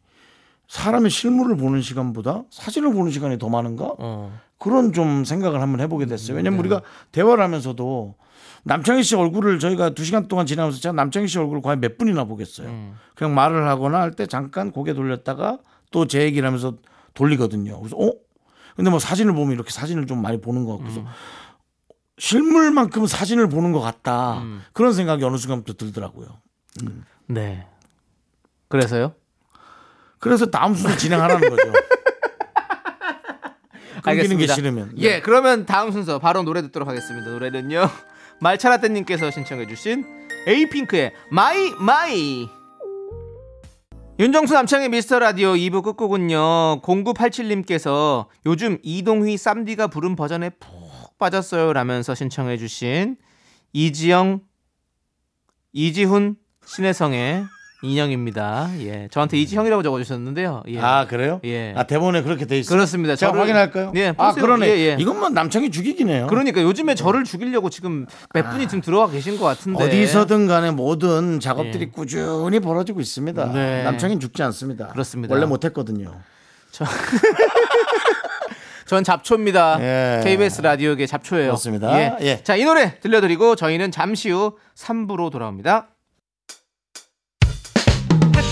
Speaker 1: 사람의 실물을 보는 시간보다 사진을 보는 시간이 더 많은가?
Speaker 2: 어.
Speaker 1: 그런 좀 생각을 한번 해보게 됐어요. 왜냐면 우리가 대화를 하면서도 남창희 씨 얼굴을 저희가 두 시간 동안 지나면서 제가 남창희 씨 얼굴을 과연 몇 분이나 보겠어요.
Speaker 2: 음.
Speaker 1: 그냥 말을 하거나 할 때 잠깐 고개 돌렸다가 또 제 얘기를 하면서 돌리거든요. 그래서 어? 근데 뭐 사진을 보면 이렇게 사진을 좀 많이 보는 것 같고
Speaker 2: 음.
Speaker 1: 그래서 실물만큼 사진을 보는 것 같다.
Speaker 2: 음.
Speaker 1: 그런 생각이 어느 순간부터 들더라고요.
Speaker 2: 네. 그래서요?
Speaker 1: 그래서 다음 순서 진행하라는 거죠. 끊기는 게
Speaker 2: 알겠습니다.
Speaker 1: 싫으면. 네.
Speaker 2: 예, 그러면 다음 순서 바로 노래 듣도록 하겠습니다. 노래는요. 말차라떼님께서 신청해주신 에이핑크의 마이 마이. 윤정수 남창의 미스터 라디오 2부 끝곡은요. 0987님께서 요즘 이동휘 쌈디가 부른 버전에 푹 빠졌어요. 라면서 신청해주신 이지영, 이지훈, 신혜성의 인형입니다. 예. 저한테 이지형이라고 적어주셨는데요. 예.
Speaker 1: 아 그래요?
Speaker 2: 예.
Speaker 1: 아 대본에 그렇게 돼 있어요.
Speaker 2: 그렇습니다.
Speaker 1: 제가
Speaker 2: 저를-
Speaker 1: 확인할까요?
Speaker 2: 예,
Speaker 1: 아
Speaker 2: 보세요.
Speaker 1: 그러네.
Speaker 2: 예, 예.
Speaker 1: 이건 뭐 남창이 죽이기네요. 아.
Speaker 2: 그러니까 요즘에 저를 죽이려고 지금 몇 분이 지금 들어와 계신 것
Speaker 5: 네.
Speaker 2: 같은데
Speaker 1: 어디서든 간에 모든 작업들이 꾸준히 벌어지고 있습니다.
Speaker 2: 네.
Speaker 1: 남창이 죽지 않습니다.
Speaker 2: 그렇습니다.
Speaker 1: 원래 못했거든요.
Speaker 2: 전 잡초입니다.
Speaker 1: 예.
Speaker 2: KBS 라디오계 잡초예요.
Speaker 1: 그렇습니다. 예.
Speaker 2: 자, 이 노래 들려드리고 저희는 잠시 후 3부로 돌아옵니다.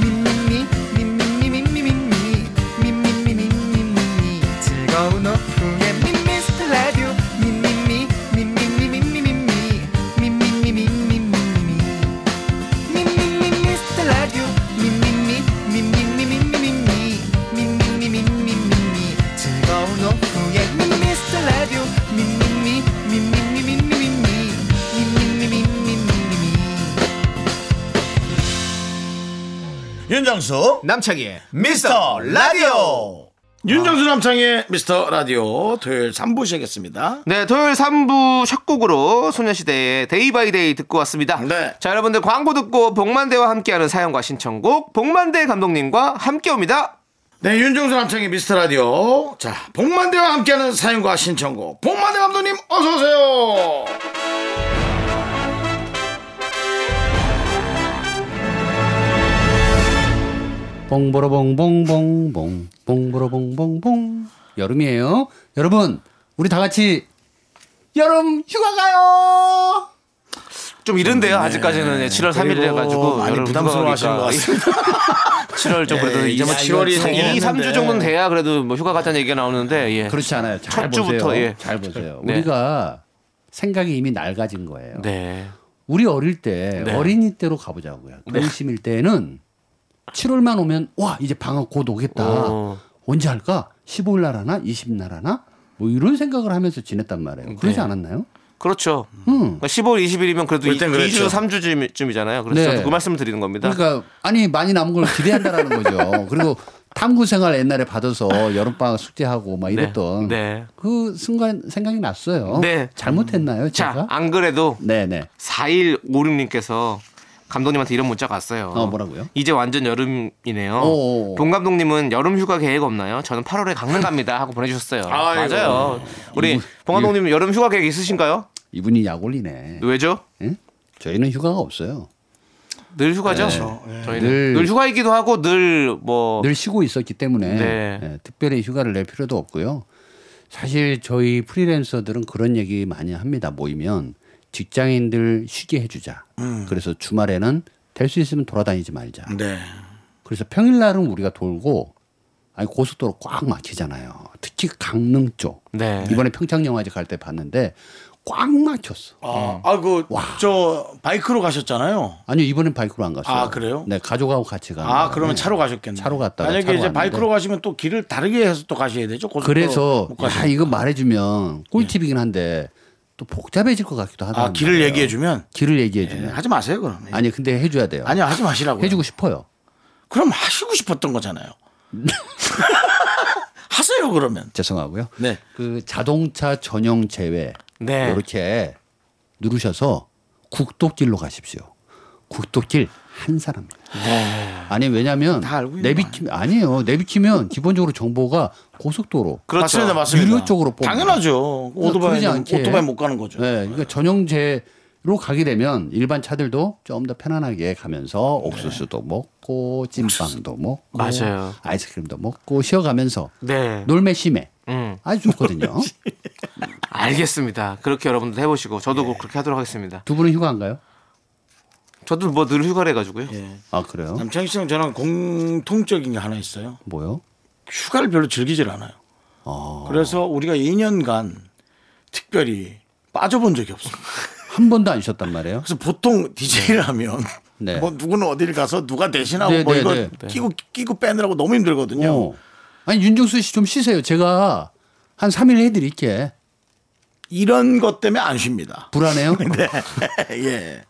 Speaker 6: 미미미 미미미 미미미 미미미 미미미 즐거운 오후
Speaker 4: 윤정수
Speaker 2: 남창희의
Speaker 4: 미스터 라디오
Speaker 1: 윤정수 남창의 미스터 라디오 토요일 3부 시작했습니다.
Speaker 2: 네, 토요일 3부 첫 곡으로 소녀시대의 데이 바이 데이 듣고 왔습니다.
Speaker 1: 네.
Speaker 2: 자, 여러분들 광고 듣고 복만대와 함께하는 사연과 신청곡 복만대 감독님과 함께 옵니다.
Speaker 1: 네, 윤정수 남창의 미스터 라디오. 자, 복만대와 함께하는 사연과 신청곡. 복만대 감독님 어서 오세요.
Speaker 5: 봉보로 봉봉봉봉 봉보로 봉봉봉 여름이에요 여러분 우리 다 같이 여름 휴가 가요
Speaker 2: 좀 이른데요, 아직까지는. 예, 7월 3일
Speaker 1: 그리고
Speaker 2: 해가지고.
Speaker 1: 많이
Speaker 2: 여러분
Speaker 1: 부담스러워 하시는 것
Speaker 2: 휴가니까.
Speaker 1: 같습니다.
Speaker 2: 7월 좀 그래도
Speaker 1: 예, 이제 뭐 7월이 생기긴
Speaker 2: 2, 3주
Speaker 1: 했는데.
Speaker 2: 정도는 돼야 그래도 뭐 휴가 갔다는 얘기가 나오는데, 예.
Speaker 5: 그렇지 않아요 잘
Speaker 2: 첫 주부터,
Speaker 5: 보세요
Speaker 2: 예.
Speaker 5: 잘 보세요
Speaker 2: 네.
Speaker 5: 우리가 생각이 이미 낡아진 거예요
Speaker 2: 네.
Speaker 5: 우리 어릴 때
Speaker 2: 네.
Speaker 5: 어린이 때로 가보자고요 동심일 때는 7월만 오면 와 이제 방학 곧 오겠다
Speaker 2: 어.
Speaker 5: 언제 할까 15일 날 하나 20일 날 하나 뭐 이런 생각을 하면서 지냈단 말이에요 그러지
Speaker 2: 네.
Speaker 5: 않았나요?
Speaker 2: 그렇죠. 그러니까 15일, 20일이면 그래도
Speaker 1: 그럴
Speaker 2: 2주,
Speaker 1: 땐 그랬죠.
Speaker 2: 3주쯤이잖아요. 그래서
Speaker 5: 네.
Speaker 2: 저도 그 말씀을 드리는 겁니다.
Speaker 5: 그러니까 아니 많이 남은 걸 기대한다라는 거죠. 그리고 탐구 생활 옛날에 받아서 여름방학 숙제하고 막 이랬던
Speaker 2: 네.
Speaker 5: 그 순간 생각이 났어요.
Speaker 2: 네. 자, 아.
Speaker 5: 잘못했나요, 제가?
Speaker 1: 그러니까?
Speaker 2: 안 그래도
Speaker 5: 네, 네.
Speaker 2: 4156님께서 감독님한테 이런 문자가 왔어요.
Speaker 5: 어, 뭐라고요?
Speaker 2: 이제 완전 여름이네요.
Speaker 5: 오.
Speaker 2: 본 감독님은 여름 휴가 계획 없나요? 저는 8월에 강릉 갑니다 하고 보내주셨어요.
Speaker 1: 아이고.
Speaker 2: 맞아요. 우리
Speaker 5: 이분-
Speaker 2: 본 감독님 여름 휴가 계획 있으신가요?
Speaker 5: 이분이 약 올리네.
Speaker 2: 왜죠?
Speaker 5: 응? 저희는 휴가가 없어요.
Speaker 2: 늘 휴가죠. 저희는 네. 늘,
Speaker 5: 늘-
Speaker 2: 휴가이기도 하고 늘 뭐
Speaker 5: 늘 쉬고 있었기 때문에
Speaker 2: 네.
Speaker 5: 예, 특별히 휴가를 낼 필요도 없고요. 사실 저희 프리랜서들은 그런 얘기 많이 합니다. 모이면 직장인들 쉬게 해주자.
Speaker 2: 음.
Speaker 5: 그래서 주말에는 될 수 있으면 돌아다니지 말자.
Speaker 1: 네.
Speaker 5: 그래서 평일날은 우리가 돌고 아니 고속도로 꽉 막히잖아요. 특히 강릉 쪽
Speaker 2: 네.
Speaker 5: 이번에 평창영화제 갈 때 봤는데 꽉 막혔어.
Speaker 1: 아, 아, 그, 저, 바이크로 가셨잖아요.
Speaker 5: 아니요 이번엔 바이크로 안 갔어요.
Speaker 1: 아, 그래요?
Speaker 5: 네 가족하고 같이 가.
Speaker 1: 아, 그러면 차로 가셨겠네.
Speaker 5: 차로 갔다가
Speaker 1: 만약에
Speaker 5: 차로
Speaker 1: 이제
Speaker 5: 왔는데.
Speaker 1: 바이크로 가시면 또 길을 다르게 해서 또 가셔야 되죠. 고속도로
Speaker 5: 그래서
Speaker 1: 못
Speaker 5: 야
Speaker 1: 가시고.
Speaker 5: 이거 말해주면 꿀팁이긴 한데 또 복잡해질 것 같기도 하다.
Speaker 1: 아, 길을 얘기해주면
Speaker 5: 길을 얘기해
Speaker 1: 네,
Speaker 5: 주면
Speaker 1: 하지 마세요, 그럼.
Speaker 5: 아니 근데 해줘야 돼요.
Speaker 1: 아니요, 하지 마시라고.
Speaker 5: 해주고 싶어요.
Speaker 1: 그럼 하시고 싶었던 거잖아요. 하세요, 그러면.
Speaker 5: 죄송하고요.
Speaker 1: 네.
Speaker 5: 그 자동차 전용 제외
Speaker 2: 네.
Speaker 5: 이렇게 누르셔서 국도길로 가십시오. 국도길 한 사람입니다. 아니 왜냐하면
Speaker 1: 다 알고 있는
Speaker 5: 내비키면 아니에요. 내비키면 기본적으로 정보가 고속도로.
Speaker 2: 그렇죠.
Speaker 1: 맞습니다, 맞습니다.
Speaker 5: 유료 쪽으로 뽑는
Speaker 1: 당연하죠. 오토바이
Speaker 5: 그러지 않게.
Speaker 1: 오토바이 못 가는 거죠.
Speaker 5: 네, 그러니까 전용제로 가게 되면 일반 차들도 좀 더 편안하게 가면서 옥수수도 먹고 찐빵도 먹고
Speaker 2: 맞아요.
Speaker 5: 아이스크림도 먹고 쉬어가면서
Speaker 2: 네.
Speaker 5: 놀매 심해
Speaker 2: 음.
Speaker 5: 아주 좋거든요.
Speaker 2: 알겠습니다. 그렇게 여러분들 해보시고 저도 그렇게 하도록 하겠습니다.
Speaker 5: 두 분은 휴가 안 가요?
Speaker 2: 저도 뭐 늘 휴가를 해가지고요.
Speaker 5: 아 그래요?
Speaker 1: 남창희 씨랑 저랑 공통적인 게 하나 있어요.
Speaker 5: 뭐요?
Speaker 1: 휴가를 별로 즐기질 않아요. 그래서 우리가 2년간 특별히 빠져본 적이 없습니다.
Speaker 5: 한 번도 안 쉬었단 말이에요?
Speaker 1: 그래서 보통 DJ를 하면
Speaker 5: 네.
Speaker 1: 뭐 누구는 어디를 가서 누가 대신하고
Speaker 5: 네,
Speaker 1: 뭐
Speaker 5: 네,
Speaker 1: 이거
Speaker 5: 네.
Speaker 1: 끼고 끼고 빼느라고 너무 힘들거든요.
Speaker 5: 어. 아니 윤종수 씨 좀 쉬세요. 제가 한 3일 해드릴게.
Speaker 1: 이런 것 때문에 안 쉽니다.
Speaker 5: 불안해요? 음,
Speaker 1: 예.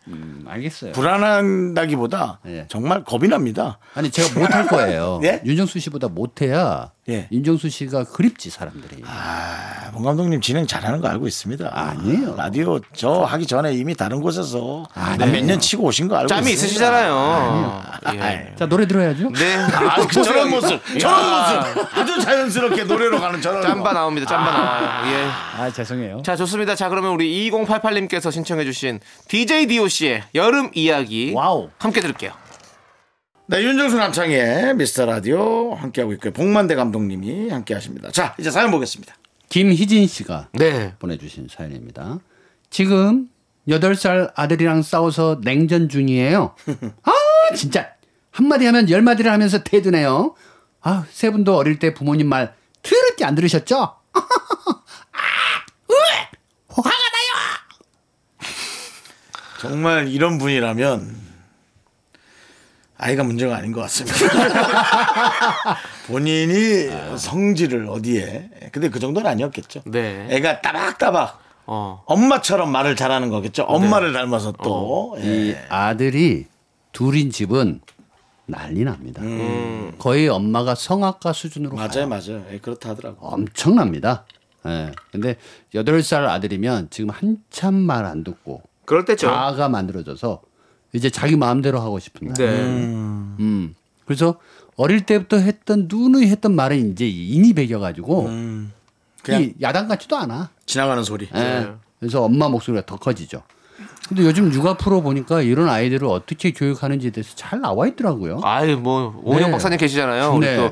Speaker 5: 알겠어요.
Speaker 1: 불안한다기보다
Speaker 5: 예.
Speaker 1: 정말 겁이 납니다.
Speaker 5: 아니 제가 못 할 거예요.
Speaker 1: 예?
Speaker 5: 윤정수 씨보다 못해야
Speaker 1: 예.
Speaker 5: 윤정수 씨가 그립지 사람들이.
Speaker 1: 아, 봉 감독님 진행 잘하는 거 알고 있습니다.
Speaker 5: 아니에요.
Speaker 1: 라디오 저 하기 전에 이미 다른 곳에서 네.
Speaker 5: 아니에요.
Speaker 1: 몇 년 치고 오신 거 알고
Speaker 2: 짬이
Speaker 1: 있습니다.
Speaker 2: 있으시잖아요. 예.
Speaker 1: 아이.
Speaker 5: 자 노래 들어야죠.
Speaker 2: 네.
Speaker 1: 아, 그 저런 모습, 저런
Speaker 2: 야.
Speaker 1: 모습, 아주 자연스럽게 노래로 가는 저런.
Speaker 2: 짬바
Speaker 1: 거.
Speaker 2: 나옵니다. 짬바 나와요. 예.
Speaker 5: 아 죄송해요.
Speaker 2: 자 좋습니다. 자 그러면 우리 2088님께서 신청해주신 DJ DOC의 여름 이야기
Speaker 5: 와우.
Speaker 2: 함께 들을게요.
Speaker 1: 네, 윤정수 남창의 미스터 라디오 함께하고 있고요. 복만대 감독님이 함께하십니다. 자, 이제 사연 보겠습니다.
Speaker 5: 김희진 씨가
Speaker 2: 네.
Speaker 5: 보내주신 사연입니다. 지금 8살 아들이랑 싸워서 냉전 중이에요. 아 진짜 한마디 하면 열마디를 하면서 대드네요. 아세 분도 어릴 때 부모님 말 더럽게 안 들으셨죠? 아, 으, 화가 나요.
Speaker 1: 정말 이런 분이라면 아이가 문제가 아닌 것 같습니다. 본인이 성질을 어디에? 근데 그 정도는 아니었겠죠.
Speaker 2: 아. 네.
Speaker 1: 애가 따박따박
Speaker 2: 어. 네.
Speaker 1: 엄마처럼 말을 잘하는
Speaker 2: 어.
Speaker 1: 예. 거겠죠. 엄마를 닮아서 또. 예.
Speaker 5: 이 아들이 둘인 집은 난리 납니다. 거의 엄마가 성악가 수준으로 가요.
Speaker 1: 음. 맞아요, 맞아요. 예, 그렇다 하더라고.
Speaker 5: 엄청납니다. 예. 근데 여덟 살 아들이면 지금 한참 말 안 듣고
Speaker 2: 그럴 때죠.
Speaker 5: 자아가 만들어져서 이제 자기 마음대로 하고 싶은 데
Speaker 2: 네.
Speaker 5: 음. 그래서 어릴 때부터 했던 누누이 했던 말에 이제 인이 배겨 가지고
Speaker 2: 음.
Speaker 1: 그냥-
Speaker 5: 이 야단 같지도 않아.
Speaker 1: 지나가는 소리.
Speaker 2: 네.
Speaker 5: 예. 그래서 엄마 목소리가 더 커지죠. 근데 요즘 육아 프로 보니까 이런 아이들을 어떻게 교육하는지에 대해서 잘 나와 있더라고요.
Speaker 2: 아유 뭐 오은영
Speaker 5: 네.
Speaker 2: 박사님 계시잖아요. 우리
Speaker 5: 네.
Speaker 2: 또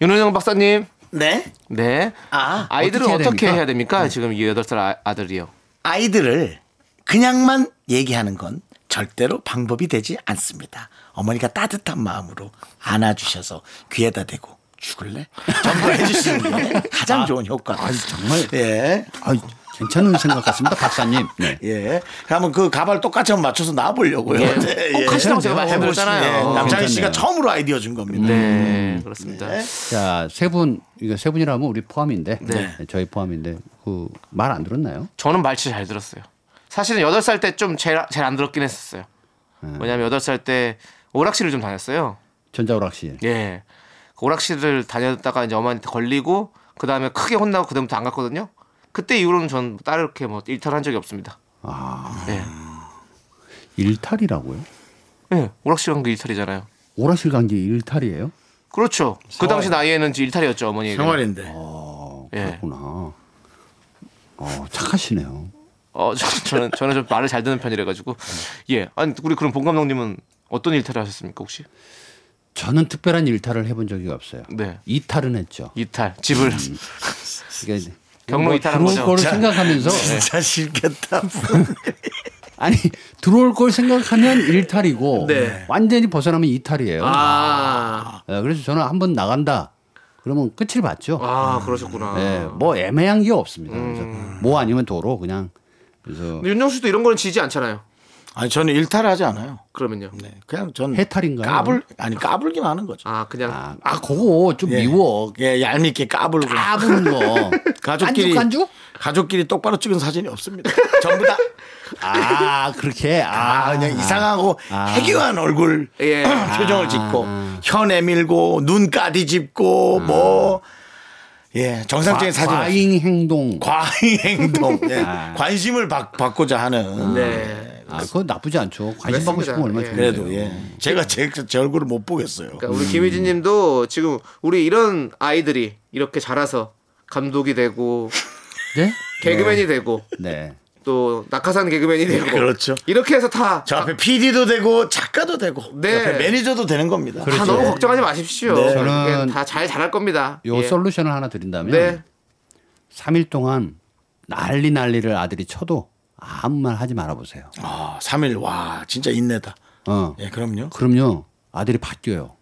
Speaker 2: 윤은영 박사님.
Speaker 4: 네?
Speaker 2: 네.
Speaker 4: 아,
Speaker 2: 아, 이들은
Speaker 5: 어떻게 해야
Speaker 2: 어떻게,
Speaker 5: 됩니까? 네.
Speaker 2: 해야 됩니까? 지금 이 여덟 살 아- 아들이요.
Speaker 4: 아이들을 그냥만 얘기하는 건 절대로 방법이 되지 않습니다. 어머니가 따뜻한 마음으로 안아주셔서 귀에다 대고 죽을래? 전부 해주시는 게 가장 좋은 효과.
Speaker 5: 아 정말
Speaker 4: 예.
Speaker 5: 아, 괜찮은 생각 같습니다, 박사님. 네.
Speaker 4: 예. 한번 그 가발 똑같이 한번 맞춰서 나와보려고요.
Speaker 2: 예.
Speaker 4: 네,
Speaker 2: 꼭 하시라고 제가
Speaker 4: 해보시-
Speaker 2: 말씀드렸잖아요.
Speaker 4: 예. 남창희
Speaker 5: 괜찮네요.
Speaker 4: 씨가 처음으로 아이디어 준 겁니다.
Speaker 2: 네, 그렇습니다.
Speaker 5: 자, 세 분, 이거 세 분이라면 우리 포함인데,
Speaker 2: 네.
Speaker 5: 네, 저희 포함인데, 그 말 안 들었나요?
Speaker 2: 저는 말치 잘 들었어요. 사실은 여덟 살 때 좀 제일 제일 안 들었긴 했었어요.
Speaker 5: 네.
Speaker 2: 왜냐하면 여덟 살 때 오락실을 좀 다녔어요.
Speaker 5: 전자오락실.
Speaker 2: 예. 그 오락실을 다녔다가 이제 어머니한테 걸리고 그 다음에 크게 혼나고 그 다음부터 안 갔거든요. 그때 이후로는 전 딸을 이렇게 뭐 일탈한 적이 없습니다.
Speaker 5: 아,
Speaker 2: 예.
Speaker 5: 일탈이라고요?
Speaker 2: 예. 오락실 간 게 일탈이잖아요.
Speaker 5: 오락실 간 게 일탈이에요?
Speaker 2: 그렇죠. 그 당시 나이에는 이제 일탈이었죠 어머니.
Speaker 1: 생활인데.
Speaker 5: 어,
Speaker 2: 예.
Speaker 5: 그렇구나. 어, 착하시네요.
Speaker 2: 어 저, 저는 저는 좀 말을 잘 듣는 편이라 가지고 예. 아니 우리 그럼 본 감독님은 어떤 일탈을 하셨습니까 혹시?
Speaker 5: 저는 특별한 일탈을 해본 적이 없어요.
Speaker 2: 네.
Speaker 5: 이탈은 했죠.
Speaker 2: 이탈 집을
Speaker 5: 음. 그러니까
Speaker 2: 경로
Speaker 5: 뭐
Speaker 2: 이탈한
Speaker 5: 들어올
Speaker 2: 거죠.
Speaker 5: 걸
Speaker 2: 자. 네.
Speaker 5: 생각하면서
Speaker 4: 진짜 싫겠다.
Speaker 5: 아니 들어올 걸 생각하면 일탈이고 완전히 벗어나면 이탈이에요.
Speaker 2: 네. 아,
Speaker 5: 예, 그래서 저는 한 번 나간다 그러면 끝을 봤죠.
Speaker 2: 아 그러셨구나.
Speaker 5: 예, 뭐 애매한 게 없습니다. 그래서
Speaker 2: 음.
Speaker 5: 뭐 아니면 도로 그냥 그래서
Speaker 2: 근데 윤정수도 이런 거는 지지 않잖아요.
Speaker 1: 아니 저는 일탈하지 않아요.
Speaker 2: 그러면요.
Speaker 1: 네, 그냥 전
Speaker 5: 해탈인가요?
Speaker 1: 까불 아니 까불기만 하는 거죠.
Speaker 2: 아 그냥
Speaker 5: 아, 아 그거 좀 미워.
Speaker 1: 예, 얄밉게 까불고
Speaker 5: 까부는 거.
Speaker 1: 가족끼리
Speaker 5: 안죽 안죽?
Speaker 1: 가족끼리 똑바로 찍은 사진이 없습니다. 전부 다
Speaker 5: 아 그렇게
Speaker 1: 아, 아.
Speaker 5: 아
Speaker 1: 그냥 이상하고 해교한 얼굴
Speaker 2: 예.
Speaker 1: 표정을 짓고 혀 내밀고 눈 까디집고 뭐 예, 정상적인 사진 없습니다.
Speaker 5: 과잉 행동.
Speaker 1: 과잉 행동. 네. 관심을 받, 받고자 하는.
Speaker 2: 네.
Speaker 5: 아 그거 나쁘지 않죠. 관심 받고 싶으면 얼마나
Speaker 2: 그렇습니다.
Speaker 5: 좋은데요.
Speaker 1: 그래도 예. 제가 제, 제 얼굴을 못 보겠어요.
Speaker 2: 그러니까
Speaker 5: 음.
Speaker 2: 우리 김희진님도 지금 우리 이런 아이들이 이렇게 자라서 감독이 되고
Speaker 5: 네?
Speaker 2: 개그맨이 되고
Speaker 5: 네.
Speaker 2: 또 낙하산 개그맨이 되고
Speaker 1: 그렇죠.
Speaker 2: 이렇게 해서 다 다
Speaker 1: 저 앞에 PD도 되고 작가도 되고
Speaker 2: 네.
Speaker 1: 옆에 매니저도 되는 겁니다.
Speaker 2: 너무 걱정하지 마십시오.
Speaker 1: 네.
Speaker 5: 저는
Speaker 2: 다잘 자랄 겁니다.
Speaker 5: 요
Speaker 2: 예.
Speaker 5: 솔루션을 하나 드린다면
Speaker 2: 네.
Speaker 5: 3일 동안 난리 난리를 아들이 쳐도 아무 말 하지 말아 보세요.
Speaker 1: 아, 3일 와 진짜 인내다.
Speaker 5: 어.
Speaker 1: 예, 그럼요.
Speaker 5: 그럼요. 아들이 바뀌어요.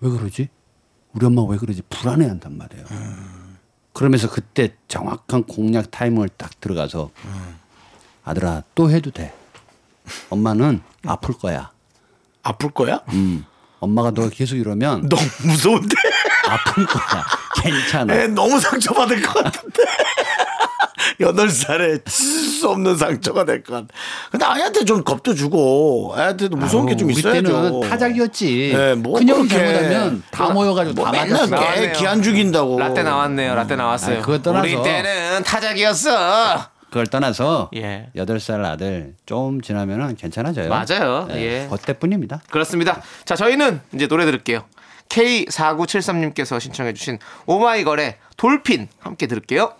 Speaker 5: 왜 그러지? 우리 엄마 왜 그러지? 불안해 한단 말이에요.
Speaker 1: 음.
Speaker 5: 그러면서 그때 정확한 공략 타이밍을 딱 들어가서
Speaker 1: 음.
Speaker 5: 아들아 또 해도 돼. 엄마는 아플 거야.
Speaker 1: 아플 거야?
Speaker 5: 음. 엄마가 너 계속 이러면
Speaker 1: 너무 무서운데.
Speaker 5: 아플 거야.
Speaker 1: 애
Speaker 5: 괜찮아.
Speaker 1: 너무 상처받을 것 같은데. 여덟 살에 칠수 없는 상처가 될 것 같아. 근데 아이한테 좀 겁도 주고 아이한테도 무서운 게 좀
Speaker 5: 우리 때는
Speaker 1: 있어야죠.
Speaker 5: 타작이었지.
Speaker 1: 예, 뭐
Speaker 5: 큰형이
Speaker 1: 그렇게.
Speaker 5: 잘못하면 다 모여가지고
Speaker 1: 뭐
Speaker 5: 다
Speaker 1: 맨날
Speaker 5: 맞았어.
Speaker 1: 개
Speaker 2: 나왔네요.
Speaker 1: 기한 죽인다고.
Speaker 2: 라떼 나왔네요. 라떼 나왔어요.
Speaker 5: 뭐 음, 아니, 그거 떠나서.
Speaker 2: 우리 때는 타작이었어.
Speaker 5: 그걸 떠나서
Speaker 2: 예.
Speaker 5: 여덟 살 아들 좀 지나면은 괜찮아져요.
Speaker 2: 맞아요. 예.
Speaker 5: 그때뿐입니다.
Speaker 2: 그렇습니다. 자, 저희는 이제 노래 들을게요. K4973님께서 신청해주신 오마이걸의 돌핀 함께 들을게요.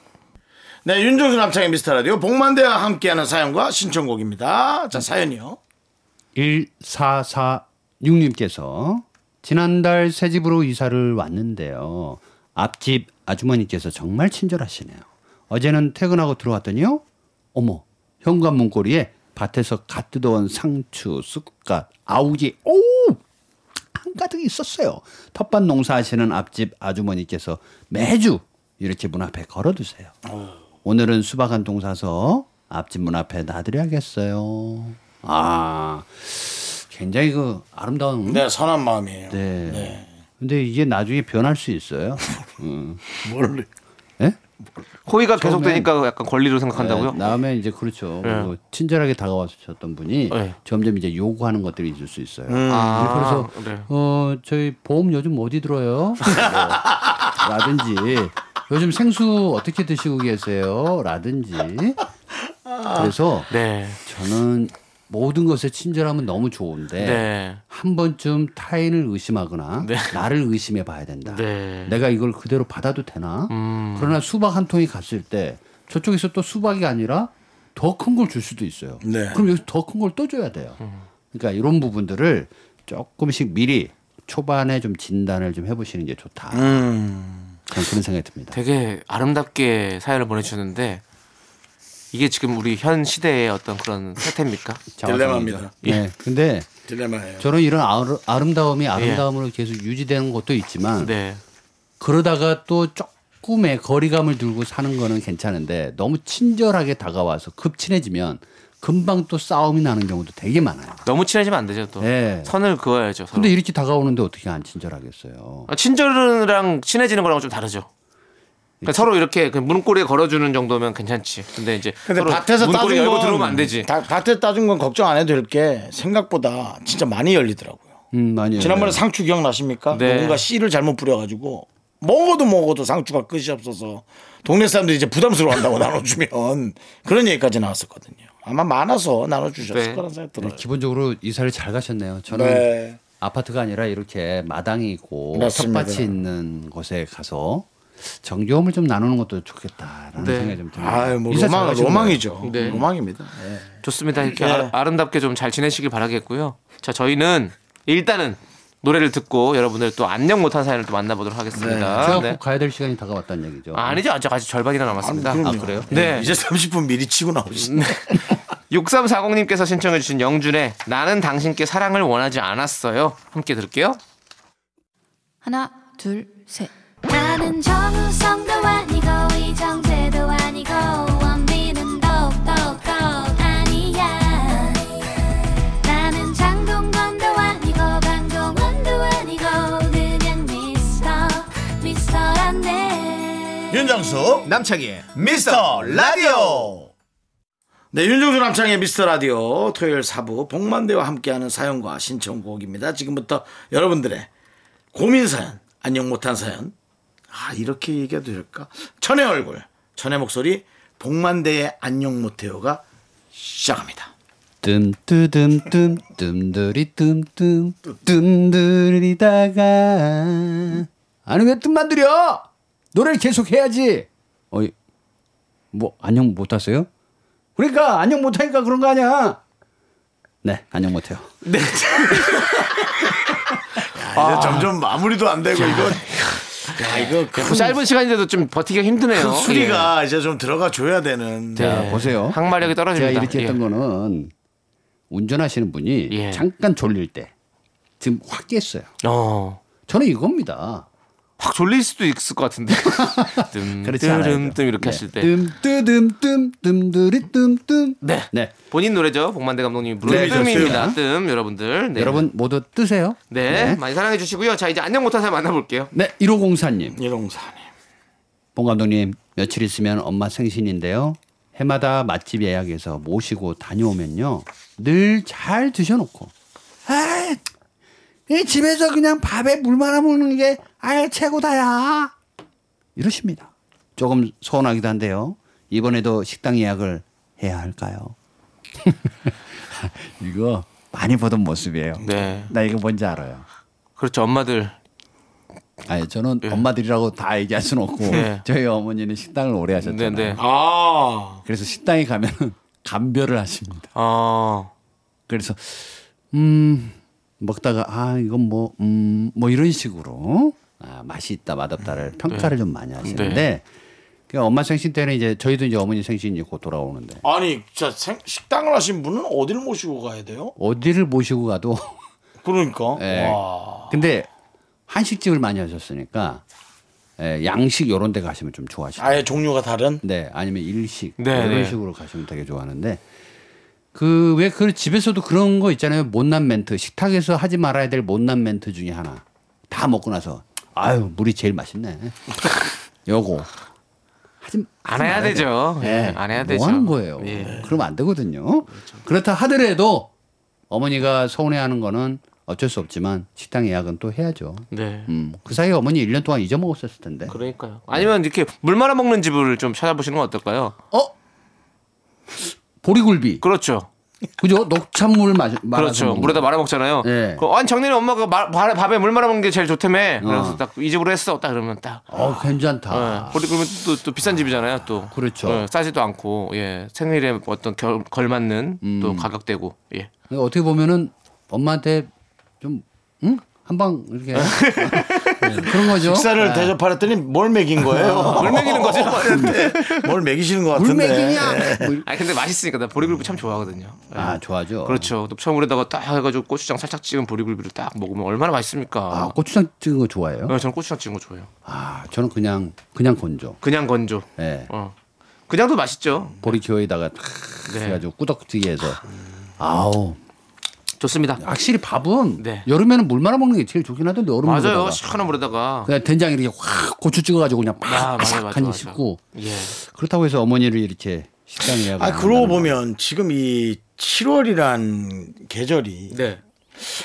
Speaker 1: 네, 윤종수 남창의 미스터 라디오 복만대와 함께하는 사연과 신청곡입니다. 자, 사연이요.
Speaker 5: 1446님께서 지난달 새 집으로 이사를 왔는데요. 앞집 아주머니께서 정말 친절하시네요. 어제는 퇴근하고 들어왔더니요. 어머, 현관 문고리에 밭에서 갓 뜯어온 상추, 쑥갓, 아우지, 오! 한가득 있었어요. 텃밭 농사하시는 앞집 아주머니께서 매주 이렇게 문 앞에 걸어두세요. 오늘은 수박 한 통 사서 앞집 문 앞에 놔드려야겠어요. 아, 굉장히 그 아름다운.
Speaker 1: 네, 선한 마음이에요.
Speaker 5: 네. 근데 이게 나중에 변할 수 있어요.
Speaker 1: 뭘,
Speaker 5: 예?
Speaker 2: 호의가 계속되니까 약간 권리로 생각한다고요? 예.
Speaker 5: 네, 다음에 이제 그렇죠. 그리고 친절하게 다가와주셨던 분이
Speaker 2: 네.
Speaker 5: 점점 이제 요구하는 것들이 있을 수 있어요.
Speaker 2: 아,
Speaker 5: 음. 그래서
Speaker 2: 그래.
Speaker 5: 어 저희 보험 요즘 어디 들어요? 뭐, 네. 라든지 요즘 생수 어떻게 드시고 계세요? 라든지 그래서
Speaker 2: 네.
Speaker 5: 저는 모든 것에 친절하면 너무 좋은데
Speaker 2: 네.
Speaker 5: 한 번쯤 타인을 의심하거나 나를 의심해 봐야 된다.
Speaker 2: 네. 음.
Speaker 5: 내가 이걸 그대로 받아도 되나? 그러나 수박 한 통이 갔을 때 저쪽에서 또 수박이 아니라 더 큰 걸 줄 수도 있어요.
Speaker 4: 네.
Speaker 5: 그럼 여기서 더 큰 걸 또 줘야 돼요.
Speaker 2: 음.
Speaker 5: 그러니까 이런 부분들을 조금씩 미리 초반에 좀 진단을 좀 해보시는 게 좋다.
Speaker 4: 음.
Speaker 5: 저는 그런 생각이 듭니다.
Speaker 2: 되게 아름답게 사연을 보내주는데 이게 지금 우리 현 시대의 어떤 그런 사태입니까?
Speaker 4: 딜레마입니다.
Speaker 5: 네. 근데
Speaker 4: 딜레마예요.
Speaker 5: 저는 이런 아름- 아름다움이 아름다움으로 계속 유지되는 것도 있지만
Speaker 2: 예. 네.
Speaker 5: 그러다가 또 조금의 거리감을 들고 사는 거는 괜찮은데 너무 친절하게 다가와서 급친해지면 금방 또 싸움이 나는 경우도 되게 많아요.
Speaker 2: 너무 친해지면 안 되죠 또.
Speaker 5: 예.
Speaker 2: 선을 그어야죠. 서로.
Speaker 5: 근데 이렇게 다가오는데 어떻게 안 친절하겠어요?
Speaker 2: 아, 친절이랑 친해지는 거랑 좀 다르죠. 그러니까 서로 이렇게 그 문고리에 걸어주는 정도면 괜찮지. 근데 이제
Speaker 1: 근데
Speaker 2: 서로
Speaker 1: 밭에서
Speaker 2: 문고리
Speaker 1: 따준
Speaker 2: 열고
Speaker 1: 건
Speaker 2: 들어오면 안 되지.
Speaker 1: 다- 밭에 따준 건 걱정 안 해도 될 게 생각보다 진짜 많이 열리더라고요.
Speaker 5: 음, 많이.
Speaker 1: 지난번에 상추 기억나십니까?
Speaker 2: 네.
Speaker 1: 누군가 씨를 잘못 뿌려가지고 먹어도 먹어도 상추가 끝이 없어서 동네 사람들이 이제 부담스러워한다고 나눠주면 그런 얘기까지 나왔었거든요. 아마 많아서 나눠주셨을
Speaker 2: 네.
Speaker 1: 거라는 생각 들어요.
Speaker 5: 기본적으로 이사를 잘 가셨네요. 저는
Speaker 1: 네.
Speaker 5: 아파트가 아니라 이렇게 마당이 있고
Speaker 1: 맞습니다.
Speaker 5: 텃밭이 있는 곳에 가서 정겨움을 좀 나누는 것도 좋겠다라는
Speaker 2: 네.
Speaker 5: 생각이 좀 듭니다.
Speaker 1: 아유, 뭐
Speaker 5: 이사 잘
Speaker 1: 로망,
Speaker 5: 가신 거예요.
Speaker 1: 로망이죠.
Speaker 2: 네.
Speaker 1: 로망입니다. 네.
Speaker 2: 좋습니다. 이렇게 아, 름답게 좀 잘 지내시길 바라겠고요. 자, 저희는 일단은 노래를 듣고 여러분들 또 안녕 못한 사연을 또 만나보도록 하겠습니다.
Speaker 5: 제가
Speaker 2: 네.
Speaker 5: 꼭 가야 될 시간이 다가왔다는 얘기죠.
Speaker 2: 아, 아니죠. 아직 아직 절반이나 남았습니다. 아, 그래요? 네.
Speaker 4: 이제 30분 미리 치고 나오시네.
Speaker 2: 6340님께서 신청해주신 영준의 나는 당신께 사랑을 원하지 않았어요. 함께 들을게요.
Speaker 7: 하나, 둘, 셋.
Speaker 3: 나는 정우성도 아니고 이정재도 아니고 원빈은 더욱더 아니야 나는 장동건도 아니고 방종원도 아니고 그냥 미스터 미스터란데
Speaker 4: 윤정수 남창희의 미스터 라디오.
Speaker 1: 네, 윤종수 남창의 미스터 라디오 토요일 사부 복만대와 함께하는 사연과 신청곡입니다. 지금부터 여러분들의 고민 사연, 안녕 못한 사연. 아, 이렇게 얘기해도 될까? 천의 얼굴, 천의 목소리, 복만대의 안녕 못해요가 시작합니다.
Speaker 5: 뜸뜨듬뜸 뜸들이 뜸뜸 뜸들이다가 아니 왜 뜸만 들여 노래를 계속 해야지 어이 뭐 안녕 못하세요? 그러니까 안녕 못하니까 그런 거 아니야 네 안녕 못해요
Speaker 4: 아, 이제 점점 마무리도 안 되고 이거
Speaker 1: 예. 야, 이거 큰
Speaker 2: 뭐 짧은 시간인데도 좀 버티기가 힘드네요.
Speaker 4: 큰 수리가 이제 좀 들어가 줘야
Speaker 1: 네.
Speaker 4: 되는.
Speaker 2: 예.
Speaker 5: 자, 보세요.
Speaker 2: 항마력이 떨어집니다.
Speaker 5: 제가 이렇게
Speaker 2: 예.
Speaker 5: 했던 거는 운전하시는 분이
Speaker 2: 예.
Speaker 5: 잠깐 졸릴 때 지금 확 깼어요
Speaker 2: 어.
Speaker 5: 저는 이겁니다
Speaker 2: 확 졸릴 수도 있을 것 같은데. 음, 뜸,
Speaker 5: 그렇지 않아요. 네.
Speaker 2: 뜸, 뜸 이렇게 하실 때.
Speaker 5: 뜸뜨듬뜸 뜸들이 뜸뜸.
Speaker 2: 네.
Speaker 5: 네.
Speaker 2: 본인 노래죠. 복만대 감독님이
Speaker 5: 네,
Speaker 2: 부른 뜸입니다.
Speaker 5: 그렇습니다.
Speaker 2: 뜸 여러분들. 네.
Speaker 5: 여러분 모두 뜨세요.
Speaker 2: 네. 많이 사랑해 주시고요. 자, 이제 안녕 못한 사람 만나볼게요.
Speaker 5: 네, 1504님.
Speaker 1: 일용사님.
Speaker 5: 봉 감독님, 며칠 있으면 엄마 생신인데요. 해마다 맛집 예약해서 모시고 다녀오면요. 늘 잘 드셔놓고. 아, 이 집에서 그냥 밥에 물 말아 먹는 게 아예 최고다야. 이러십니다. 조금 서운하기도 한데요. 이번에도 식당 예약을 해야 할까요? 이거 많이 보던 모습이에요.
Speaker 2: 네.
Speaker 5: 나 이거 뭔지 알아요.
Speaker 2: 그렇죠. 엄마들.
Speaker 5: 아니 저는 엄마들이라고 다 얘기할 수는 없고
Speaker 2: 네.
Speaker 5: 저희 어머니는 식당을 오래
Speaker 2: 네,
Speaker 5: 하셨잖아요.
Speaker 2: 네.
Speaker 1: 아,
Speaker 5: 그래서 식당에 가면 감별을 하십니다.
Speaker 2: 어.
Speaker 5: 그래서 음 먹다가 아 이건 뭐 음 뭐 이런 식으로 아, 맛이 있다 맛없다를 평가를 좀 많이 하시는데 그 엄마 생신 때는 이제 저희도 이제 어머니 생신이 곧 돌아오는데
Speaker 1: 아니, 자, 생- 식당을 하신 분은 어디를 모시고 가야 돼요?
Speaker 5: 어디를 모시고 가도
Speaker 1: 그러니까.
Speaker 5: 예.
Speaker 1: 와.
Speaker 5: 근데 한식집을 많이 하셨으니까 예, 양식 요런 데 가시면 좀 좋아하시죠.
Speaker 1: 아예 종류가 다른?
Speaker 5: 네, 아니면 일식
Speaker 2: 네,
Speaker 5: 이런
Speaker 2: 네.
Speaker 5: 식으로 가시면 되게 좋아하는데 그 왜 그 집에서도 그런 거 있잖아요. 못난 멘트 식탁에서 하지 말아야 될 못난 멘트 중에 하나. 다 먹고 나서 아유 물이 제일 맛있네. 요거 하지
Speaker 2: 안 해야
Speaker 5: 말아야
Speaker 2: 되죠.
Speaker 5: 돼요. 예,
Speaker 2: 예, 안 해야
Speaker 5: 뭐
Speaker 2: 되죠.
Speaker 5: 하는 거예요.
Speaker 2: 예. 그렇죠.
Speaker 5: 그러면 안 되거든요. 그렇다 하더라도 어머니가 서운해하는 거는 어쩔 수 없지만 식당 예약은 또 해야죠.
Speaker 2: 네.
Speaker 5: 음, 그 사이에 어머니 1년 동안 잊어먹었었을 텐데.
Speaker 2: 그러니까요. 아니면 이렇게 물 말아 먹는 집을 좀 찾아보시는 건 어떨까요?
Speaker 5: 어? 보리굴비.
Speaker 2: 그렇죠.
Speaker 5: 그죠? 녹찬물 마, 말아서
Speaker 2: 그렇죠.
Speaker 5: 먹는
Speaker 2: 물에다
Speaker 5: 거.
Speaker 2: 말아 먹잖아요.
Speaker 5: 예.
Speaker 2: 그, 아니 작년에 엄마가 마- 바- 밥에 물 말아 먹는 게 제일 좋다며.
Speaker 5: 어.
Speaker 2: 네, 그래서 딱 이 집으로 했어. 딱 그러면 딱.
Speaker 5: 어, 괜찮다.
Speaker 2: 예. 그러면 또, 또 비싼 집이잖아요. 또
Speaker 5: 그렇죠.
Speaker 2: 예, 싸지도 않고 예 생일에 어떤 결, 걸맞는
Speaker 5: 음.
Speaker 2: 또 가격대고 예.
Speaker 5: 그러니까 어떻게 보면은 엄마한테 좀 응? 한방
Speaker 2: 예.
Speaker 5: 이렇게 네, 그런 거죠.
Speaker 1: 식사를 대접하랬더니 뭘 먹인 거예요?
Speaker 2: 물 먹이는 거죠.
Speaker 1: 뭘 먹이시는 것 같은데.
Speaker 5: 물맥이냐? 뭐 이-
Speaker 2: 아 근데 맛있으니까 나 보리굴비 참 좋아하거든요. 예.
Speaker 5: 아 좋아죠.
Speaker 2: 그렇죠. 녹차물에다가 딱 해가지고 고추장 살짝 찍은 보리굴비를 딱 먹으면 얼마나 맛있습니까?
Speaker 5: 아 고추장 찍은 거 좋아해요?
Speaker 2: 예, 저는 고추장 찍은 거 좋아해요.
Speaker 5: 아 저는 그냥 그냥 건조.
Speaker 2: 그냥 건조.
Speaker 5: 예.
Speaker 2: 어. 그냥도 맛있죠.
Speaker 5: 보리교에다가 탁
Speaker 2: 네.
Speaker 5: 해가지고 꾸덕지게해서 아우
Speaker 2: 좋습니다.
Speaker 5: 확실히 밥은
Speaker 2: 네.
Speaker 5: 여름에는 물 말아 먹는 게 제일 좋긴 하던데 얼음
Speaker 2: 맞아요.
Speaker 5: 물에다가.
Speaker 2: 시원한 물에다가.
Speaker 5: 그냥 된장 이렇게 확 고추 찍어가지고 그냥
Speaker 2: 아,
Speaker 5: 팍
Speaker 2: 맞아요,
Speaker 5: 아,
Speaker 2: 맞아요,
Speaker 5: 한
Speaker 2: 맞아요.
Speaker 5: 씹고
Speaker 2: 예.
Speaker 5: 그렇다고 해서 어머니를 이렇게 식당에
Speaker 1: 아, 그러고 보면 지금 이 7월이란 계절이
Speaker 2: 네.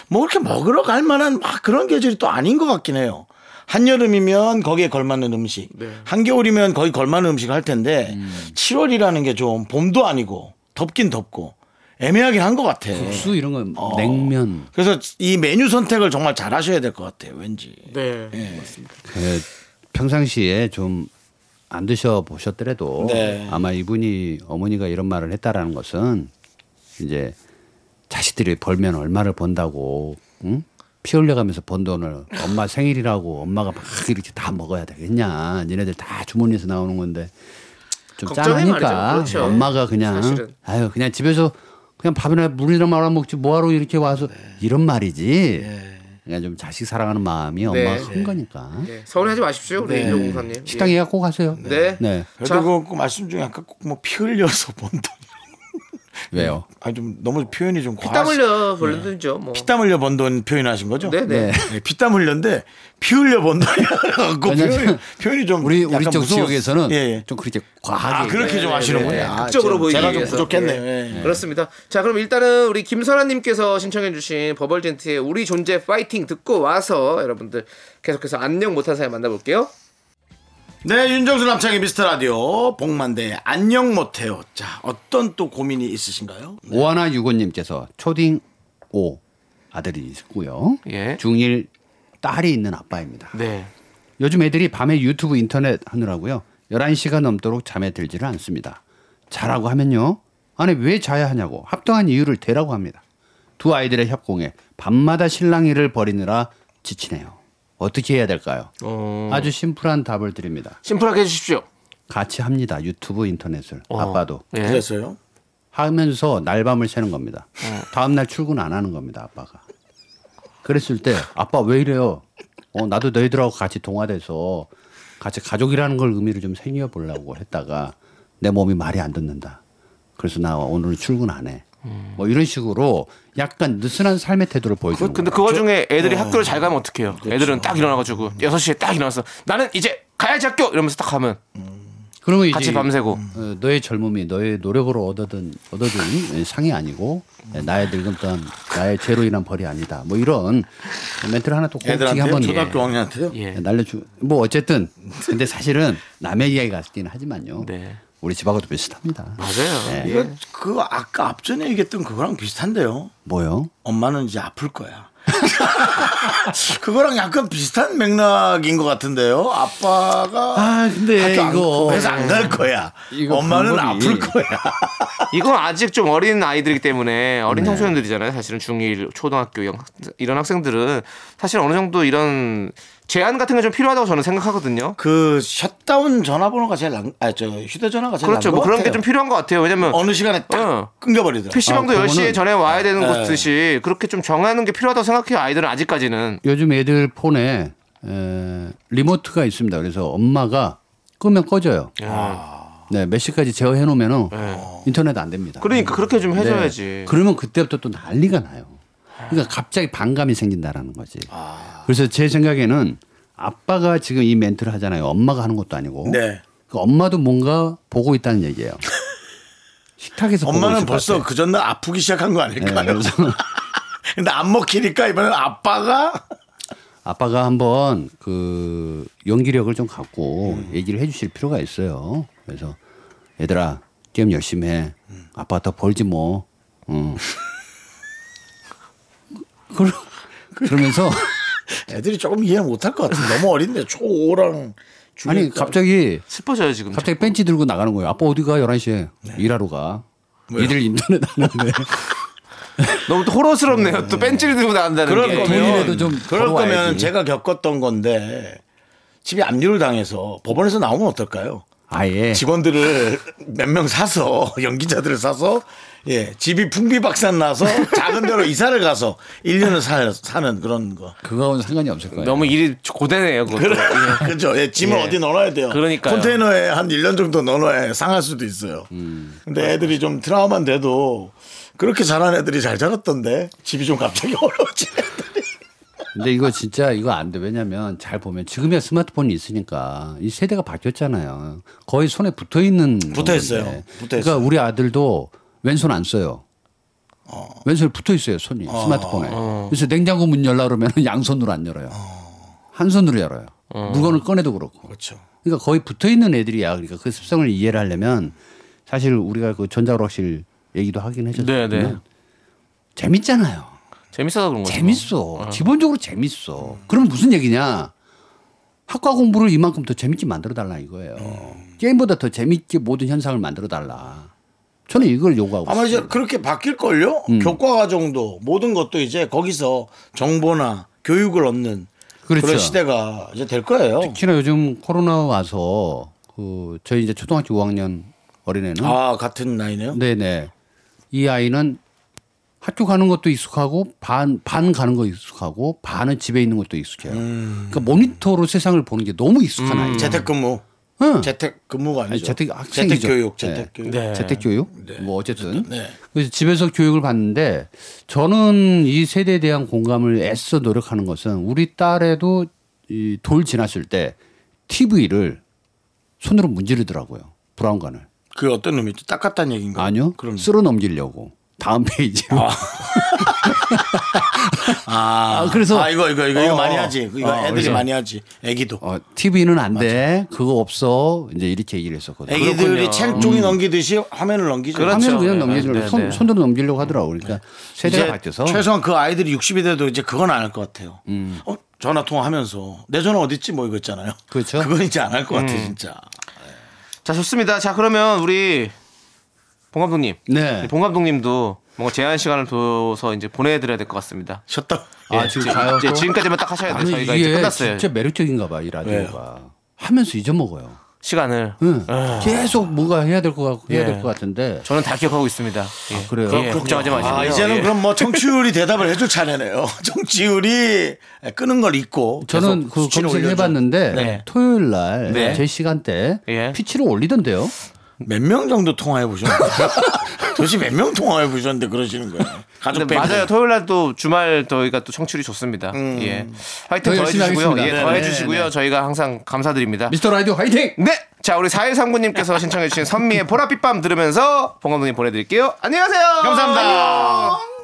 Speaker 1: 뭐 그렇게 먹으러 갈 만한 막 그런 계절이 또 아닌 것 같긴 해요. 한여름이면 거기에 걸맞는 음식, 한겨울이면 거기 걸맞는 네. 음식 할 텐데 7월이라는 게 좀 봄도 아니고 덥긴 덥고 애매하긴 한 것 같아.
Speaker 5: 예.
Speaker 2: 예.
Speaker 5: 수 이런 건
Speaker 1: 어.
Speaker 5: 냉면
Speaker 1: 그래서 이 메뉴 선택을 정말 잘 하셔야 될 것 같아요. 왠지.
Speaker 2: 네.
Speaker 5: 예, 평상시에 좀 안 드셔 보셨더라도
Speaker 1: 네.
Speaker 5: 아마 이분이 어머니가 이런 말을 했다라는 것은 이제 자식들이 벌면 얼마를 번다고 응? 피 흘려가면서 번 돈을 엄마 생일이라고 엄마가 막 이렇게 다 먹어야 되겠냐 니네들 다 주머니에서 나오는 건데 좀
Speaker 2: 걱정이
Speaker 5: 짠하니까
Speaker 2: 말이죠. 그렇죠.
Speaker 5: 엄마가 그냥
Speaker 2: 사실은.
Speaker 5: 아유 그냥 집에서 그냥 밥이나 물이나 말아 먹지 뭐하러
Speaker 2: 네.
Speaker 5: 이렇게 와서 이런 말이지 그냥 좀 자식 사랑하는 마음이 엄마가 큰 거니까
Speaker 2: 네. 서운해하지 마십시오. 우리 네. 용사님.
Speaker 5: 식당 예약 꼭 하세요.
Speaker 2: 네.
Speaker 5: 네.
Speaker 2: 자.
Speaker 1: 그래도 그, 그 말씀 중에 아까 꼭 뭐 피 흘려서 본다.
Speaker 5: 왜요?
Speaker 1: 아 좀 너무 표현이 좀 과하시-
Speaker 2: 피땀
Speaker 5: 아,
Speaker 2: 흘려 벌리죠
Speaker 5: 예.
Speaker 2: 뭐.
Speaker 1: 피땀 흘려 번 돈 표현하신 거죠?
Speaker 2: 네, 네.
Speaker 1: 네, 피땀 흘렸는데 피 흘려 번 돈이라고
Speaker 5: 왜냐면
Speaker 1: 표현이, 표현이 좀
Speaker 5: 우리 우리
Speaker 1: 약간
Speaker 5: 쪽
Speaker 1: 무서웠-
Speaker 5: 지역에서는
Speaker 1: 예, 예.
Speaker 5: 좀 그렇게
Speaker 1: 아
Speaker 5: 과하게
Speaker 1: 그렇게 좀 하시는군요.
Speaker 2: 네, 네.
Speaker 1: 아,
Speaker 2: 극적으로
Speaker 1: 제가-
Speaker 2: 보이기
Speaker 1: 제가 좀
Speaker 2: 위해서.
Speaker 1: 부족했네요.
Speaker 2: 예.
Speaker 1: 예.
Speaker 2: 그렇습니다. 자, 그럼 일단은 우리 김선아님께서 신청해주신 버벌젠트의 우리 존재 파이팅 듣고 와서 여러분들 계속해서 안녕 못한 사연 만나볼게요.
Speaker 1: 네, 윤정수 남창의 미스터 라디오 복만대 안녕 못해요. 자, 어떤 또 고민이 있으신가요?
Speaker 5: 네. 오하나 유고님께서 초딩 오 아들이 있고요.
Speaker 2: 예.
Speaker 5: 중일 딸이 있는 아빠입니다.
Speaker 2: 네.
Speaker 5: 요즘 애들이 밤에 유튜브 인터넷 하느라고요. 11시가 넘도록 잠에 들지를 않습니다. 자라고 하면요. 아니 왜 자야 하냐고 합당한 이유를 대라고 합니다. 두 아이들의 협공에 밤마다 실랑이를 벌이느라 지치네요. 어떻게 해야 될까요? 아주 심플한 답을 드립니다.
Speaker 2: 심플하게 해주십시오.
Speaker 5: 같이 합니다. 유튜브 인터넷을 아빠도
Speaker 2: 예.
Speaker 1: 그래서요.
Speaker 5: 하면서 날밤을 새는 겁니다.
Speaker 2: 네.
Speaker 5: 다음 날 출근 안 하는 겁니다. 아빠가. 그랬을 때 아빠 왜 이래요? 어 나도 너희들하고 같이 동화돼서 같이 가족이라는 걸 의미를 좀 생겨 보려고 했다가 내 몸이 말이 안 듣는다. 그래서 나 오늘 출근 안 해. 뭐 이런 식으로 약간 느슨한 삶의 태도를 보여주는
Speaker 2: 근데
Speaker 5: 거예요.
Speaker 2: 그 와중에
Speaker 1: 네.
Speaker 2: 애들이 학교를 잘 가면 어떡해요?
Speaker 1: 그렇죠.
Speaker 2: 애들은 딱 일어나가지고 6시에 딱 일어나서 나는 이제 가야지 학교! 이러면서 딱 가면
Speaker 5: 그러면
Speaker 2: 같이
Speaker 5: 이제
Speaker 2: 밤새고.
Speaker 1: 음.
Speaker 5: 어, 너의 젊음이 너의 노력으로 얻어든 얻어든 상이 아니고 예, 나의 늙은 땀 나의 죄로 인한 벌이 아니다 뭐 이런 멘트를 하나 또 꼼짝이
Speaker 1: 애들한테요?
Speaker 5: 한번
Speaker 1: 초등학교 학년한테요?
Speaker 2: 예.
Speaker 5: 날려주 뭐 어쨌든 근데 사실은 남의 이야기 같긴 하지만요
Speaker 2: 네.
Speaker 5: 우리 집하고도 비슷합니다
Speaker 2: 맞아요.
Speaker 1: 이거 그 아까 앞전에 얘기했던 그거랑 비슷한데요.
Speaker 5: 뭐요
Speaker 1: 엄마는 이제 아플 거야. 그거랑 약간 비슷한 맥락인 것 같은데요. 아빠가
Speaker 5: 아 근데
Speaker 1: 학교 안-
Speaker 5: 이거
Speaker 1: 회사 안 갈 거야.
Speaker 5: 이거
Speaker 1: 엄마는
Speaker 5: 방법이-
Speaker 1: 아플 거야.
Speaker 2: 이건 아직 좀 어린 아이들이기 때문에 어린
Speaker 1: 네.
Speaker 2: 청소년들이잖아요. 사실은 중1, 초등학교 영- 이런 학생들은 사실 어느 정도 이런 제한 같은 게 좀 필요하다고 저는 생각하거든요.
Speaker 1: 그 셧다운 전화번호가 제일 난, 아, 저 휴대전화가 제일
Speaker 2: 그렇죠.
Speaker 1: 난것
Speaker 2: 뭐 그런 게
Speaker 1: 같아요.
Speaker 2: 좀 필요한 것 같아요. 왜냐면
Speaker 1: 어느 시간에 딱
Speaker 2: 어.
Speaker 1: 끊겨버리더라고요.
Speaker 2: PC방도
Speaker 5: 아,
Speaker 2: 10시에
Speaker 5: 그거는-
Speaker 2: 전에 와야 되는
Speaker 1: 네.
Speaker 2: 것 듯이 그렇게 좀 정하는 게 필요하다고 생각해요. 아이들은 아직까지는.
Speaker 5: 요즘 애들 폰에 에, 리모트가 있습니다 그래서 엄마가 끄면 꺼져요
Speaker 2: 아.
Speaker 5: 아. 네몇 시까지 제어해 놓으면은 인터넷 안 됩니다
Speaker 2: 네. 그러니까 그렇게 좀
Speaker 5: 네.
Speaker 2: 해줘야지.
Speaker 5: 그러면 그때부터 또 난리가 나요. 그러니까 갑자기 반감이 생긴다라는 거지.
Speaker 2: 아.
Speaker 5: 그래서 제 생각에는 아빠가 지금 이 멘트를 하잖아요. 엄마가 하는 것도 아니고.
Speaker 1: 네.
Speaker 5: 그 엄마도 뭔가 보고 있다는 얘기예요. 식탁에서 보고
Speaker 1: 엄마는
Speaker 5: 있을 것
Speaker 1: 벌써
Speaker 5: 같아요.
Speaker 1: 그 전날 아프기 시작한 거
Speaker 5: 네,
Speaker 1: 아닐까요?
Speaker 5: 그래서
Speaker 1: 근데 안 먹히니까 이번엔 아빠가
Speaker 5: 아빠가 한번 그 연기력을 좀 갖고
Speaker 1: 음.
Speaker 5: 얘기를 해주실 필요가 있어요. 그래서 얘들아 게임 열심히 해.
Speaker 1: 음.
Speaker 5: 아빠 더 벌지 뭐. 응. 그러, 그러면서
Speaker 1: 애들이 조금 이해 못할 것 같은데 너무 어린데 초랑
Speaker 5: 아니 갑자기
Speaker 1: 음.
Speaker 4: 슬퍼져요 지금.
Speaker 5: 갑자기 벤치 들고 나가는 거예요. 아빠 어디 가? 11시에.
Speaker 1: 네.
Speaker 5: 일하러 가. 니들 인터넷 하는데.
Speaker 4: 너무 또 호러스럽네요. 또 벤치를 들고 나간다는
Speaker 1: 그럴
Speaker 4: 게.
Speaker 1: 거면
Speaker 5: 돈이라도 좀
Speaker 1: 그럴
Speaker 5: 벌어와야지.
Speaker 1: 거면 제가 겪었던 건데 집이 압류를 당해서 법원에서 나오면 어떨까요?
Speaker 5: 아예.
Speaker 1: 직원들을 몇 명 사서 연기자들을 사서 예 집이 풍비박산 나서 작은 데로 이사를 가서 1년을 사, 사는 그런 거
Speaker 5: 그거는 상관이 없을 거예요.
Speaker 4: 너무 뭐 일이 고되네요. 그것도. 예.
Speaker 1: 그죠 예 짐을
Speaker 4: 예.
Speaker 1: 어디 넣어놔야 돼요
Speaker 4: 그러니까요.
Speaker 1: 컨테이너에 한 1년 정도 넣어놔야 상할 수도 있어요
Speaker 4: 음.
Speaker 1: 근데 애들이 좀 트라우마는 돼도 그렇게 자란 애들이 잘 자랐던데 집이 좀 갑자기 어려워지네
Speaker 5: 근데 이거 진짜 이거 안 돼. 왜냐면 잘 보면 지금의 스마트폰이 있으니까 이 세대가 바뀌었잖아요. 거의 손에 붙어 있는
Speaker 1: 붙어 있어요. 붙어 있어요.
Speaker 5: 그러니까 우리 아들도 왼손 안 써요. 왼손 붙어 있어요 손이 스마트폰에.
Speaker 1: 어.
Speaker 5: 그래서 냉장고 문 열라 그러면 양손으로 안 열어요. 한 손으로 열어요. 물건을 꺼내도 그렇고.
Speaker 1: 그렇죠
Speaker 5: 그러니까 거의 붙어 있는 애들이야. 그러니까 그 습성을 이해를 하려면 사실 우리가 그 전자오락실 얘기도 하긴 해줬지만
Speaker 4: 네, 네.
Speaker 5: 재밌잖아요.
Speaker 4: 재밌어서 그런
Speaker 1: 뭐
Speaker 4: 거죠. 뭐.
Speaker 5: 재밌어. 기본적으로 재밌어. 그럼 무슨 얘기냐? 학과 공부를 이만큼 더 재밌게 만들어 달라 이거예요.
Speaker 1: 음.
Speaker 5: 게임보다 더 재밌게 모든 현상을 만들어 달라. 저는 이걸 요구하고
Speaker 1: 아마 이제
Speaker 5: 있어요.
Speaker 1: 그렇게 바뀔걸요?
Speaker 5: 음.
Speaker 1: 교과 과정도 모든 것도 이제 거기서 정보나 교육을 얻는 그런
Speaker 5: 그렇죠.
Speaker 1: 시대가 이제 될 거예요.
Speaker 5: 특히나 요즘 코로나 와서 그 저희 이제 초등학교 5학년 어린애는
Speaker 1: 아, 같은 나이네요?
Speaker 5: 음. 네네 이 아이는 학교 가는 것도 익숙하고 반 반 가는 거 익숙하고 반은 집에 있는 것도 익숙해요. 그러니까 모니터로 세상을 보는 게 너무 익숙한 아이.
Speaker 1: 음. 재택근무.
Speaker 5: 음. 응.
Speaker 1: 재택근무가 아니죠.
Speaker 5: 아니, 재택 학생이죠.
Speaker 1: 교육,
Speaker 5: 네.
Speaker 1: 재택교육.
Speaker 5: 재택 교육 뭐 어쨌든
Speaker 1: 네.
Speaker 5: 그래서 집에서 교육을 받는데 저는 이 세대에 대한 공감을 애써 노력하는 것은 우리 딸에도 이 돌 지났을 때 TV를 손으로 문지르더라고요 브라운관을
Speaker 1: 그게 어떤 의미죠? 닦았다는 얘기인가요?
Speaker 5: 아니요
Speaker 1: 네. 그럼.
Speaker 5: 쓸어 넘기려고 다음 페이지로
Speaker 1: 아,
Speaker 5: 아, 그래서-
Speaker 1: 아, 이거, 이거, 이거, 이거
Speaker 5: 어,
Speaker 1: 많이
Speaker 5: 어.
Speaker 1: 하지. 이거
Speaker 5: 어,
Speaker 1: 애들이
Speaker 5: 그래서-
Speaker 1: 많이 하지. 애기도.
Speaker 5: 어, TV는 안 돼 그거 없어 이제 이렇게 얘기를 했었거든요.
Speaker 1: 애기들이 책 종이 넘기듯이 화면을 넘기죠.
Speaker 4: 그렇죠.
Speaker 5: 화면을 그냥
Speaker 4: 네,
Speaker 5: 넘기려고
Speaker 4: 네,
Speaker 5: 손,
Speaker 4: 네.
Speaker 5: 손으로 넘기려고 하더라고 그러니까 세대가
Speaker 1: 이제
Speaker 5: 바뀌어서
Speaker 1: 최소한 그 아이들이 60이 돼도 이제 그건 안 할 것 같아요. 어, 전화 통화하면서 내 전화 어딨지 뭐 이거 있잖아요.
Speaker 5: 그렇죠.
Speaker 1: 건 이제 안 할 것 같아 진짜.
Speaker 4: 자 좋습니다. 자 그러면 우리 봉 감독님.
Speaker 5: 네.
Speaker 4: 봉 감독님도 뭔가 제한 시간을 둬서 이제 보내드려야 될 것 같습니다.
Speaker 1: 셨다.
Speaker 5: 아,
Speaker 4: 예,
Speaker 5: 지금
Speaker 4: 지-
Speaker 5: 가요,
Speaker 4: 이제
Speaker 5: 또?
Speaker 4: 지금까지만 딱 하셔야 돼요.
Speaker 5: 아니
Speaker 4: 저희가 이제
Speaker 5: 이게
Speaker 4: 끝났어요.
Speaker 5: 진짜 매력적인가 봐 이 라디오가 하면서 잊어먹어요.
Speaker 4: 시간을.
Speaker 5: 응. 계속 뭐가 해야 될 것 같고 해야
Speaker 4: 예.
Speaker 5: 될 것 같은데
Speaker 4: 저는 다 기억하고 있습니다. 예.
Speaker 5: 아, 그래요?
Speaker 4: 예, 걱정하지 마시고요.
Speaker 1: 아 이제는
Speaker 4: 예.
Speaker 1: 그럼 뭐 청취율이 대답을 해줄 차례네요. 청취율이 끄는 걸 잊고
Speaker 5: 저는
Speaker 1: 계속
Speaker 5: 그
Speaker 1: 수치를 올려줘.
Speaker 5: 검색해봤는데
Speaker 4: 네.
Speaker 5: 토요일 날
Speaker 4: 네.
Speaker 5: 제 시간대
Speaker 4: 예.
Speaker 5: 피치를 올리던데요.
Speaker 1: 몇 명 정도 통화해 보셨나요? 도대체 몇 명 통화해 보셨는데 그러시는 거예요? 가족
Speaker 4: 근데
Speaker 1: 빼고.
Speaker 4: 맞아요. 토요일 날또 주말 저희가 또 청취율이 좋습니다. 예. 화이팅
Speaker 5: 음. 더
Speaker 4: 더
Speaker 5: 열심히
Speaker 4: 해주시고요.
Speaker 5: 하겠습니다.
Speaker 4: 예,
Speaker 5: 네.
Speaker 4: 더 해주시고요. 저희가 항상 감사드립니다.
Speaker 5: 미스터 라디오 화이팅!
Speaker 4: 네! 자, 우리 4139님께서 신청해주신 선미의 보랏빛밤 들으면서 봉 감독님 보내드릴게요. 안녕히 가세요!
Speaker 1: 감사합니다.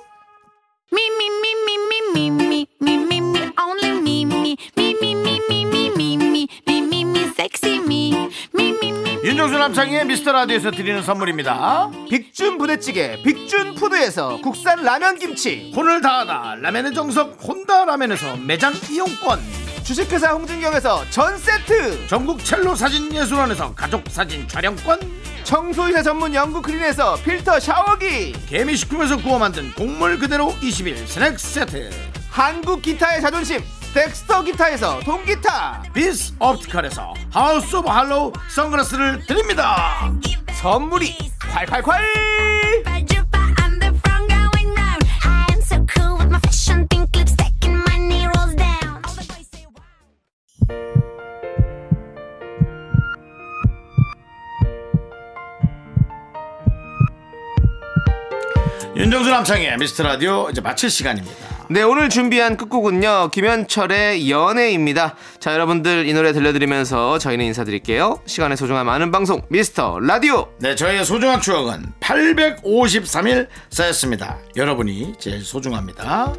Speaker 3: Me me me me me me me me me me only me me me me me me me me me me me me sexy me me me me
Speaker 1: 윤정수 남창희의 미스터 라디오에서 드리는 선물입니다.
Speaker 4: 빅준 부대찌개, 빅준 푸드에서 국산 라면 김치,
Speaker 1: 혼을 다하다 라면의 정석 혼다 라면에서 매장 이용권
Speaker 4: 주식회사 홍진경에서 전 세트,
Speaker 1: 전국 첼로 사진 예술원에서 가족 사진 촬영권
Speaker 4: 청소이사 전문 영국 크린에서 필터 샤워기,
Speaker 1: 개미식품에서 구워 만든 곡물 그대로 20일 스낵 세트
Speaker 4: 한국 기타의 자존심, 덱스터 기타에서 동기타,
Speaker 1: 비스 옵티컬에서 하우스 오브 할로우 선글라스를 드립니다
Speaker 4: 선물이 콸콸콸!
Speaker 3: I'm the front going round. I am so cool with my fashion pink lipstick and my knee rolls down. All the boys say wow.
Speaker 1: 윤정수 남창의 미스터 라디오 이제 마칠 시간입니다
Speaker 2: 네, 오늘 준비한 끝곡은요. 김현철의 연애입니다. 자, 여러분들 이 노래 들려드리면서 저희는 인사드릴게요. 시간의 소중함 많은 방송 미스터 라디오.
Speaker 1: 네, 저희의 소중한 추억은 853일 쌓였습니다. 여러분이 제일 소중합니다.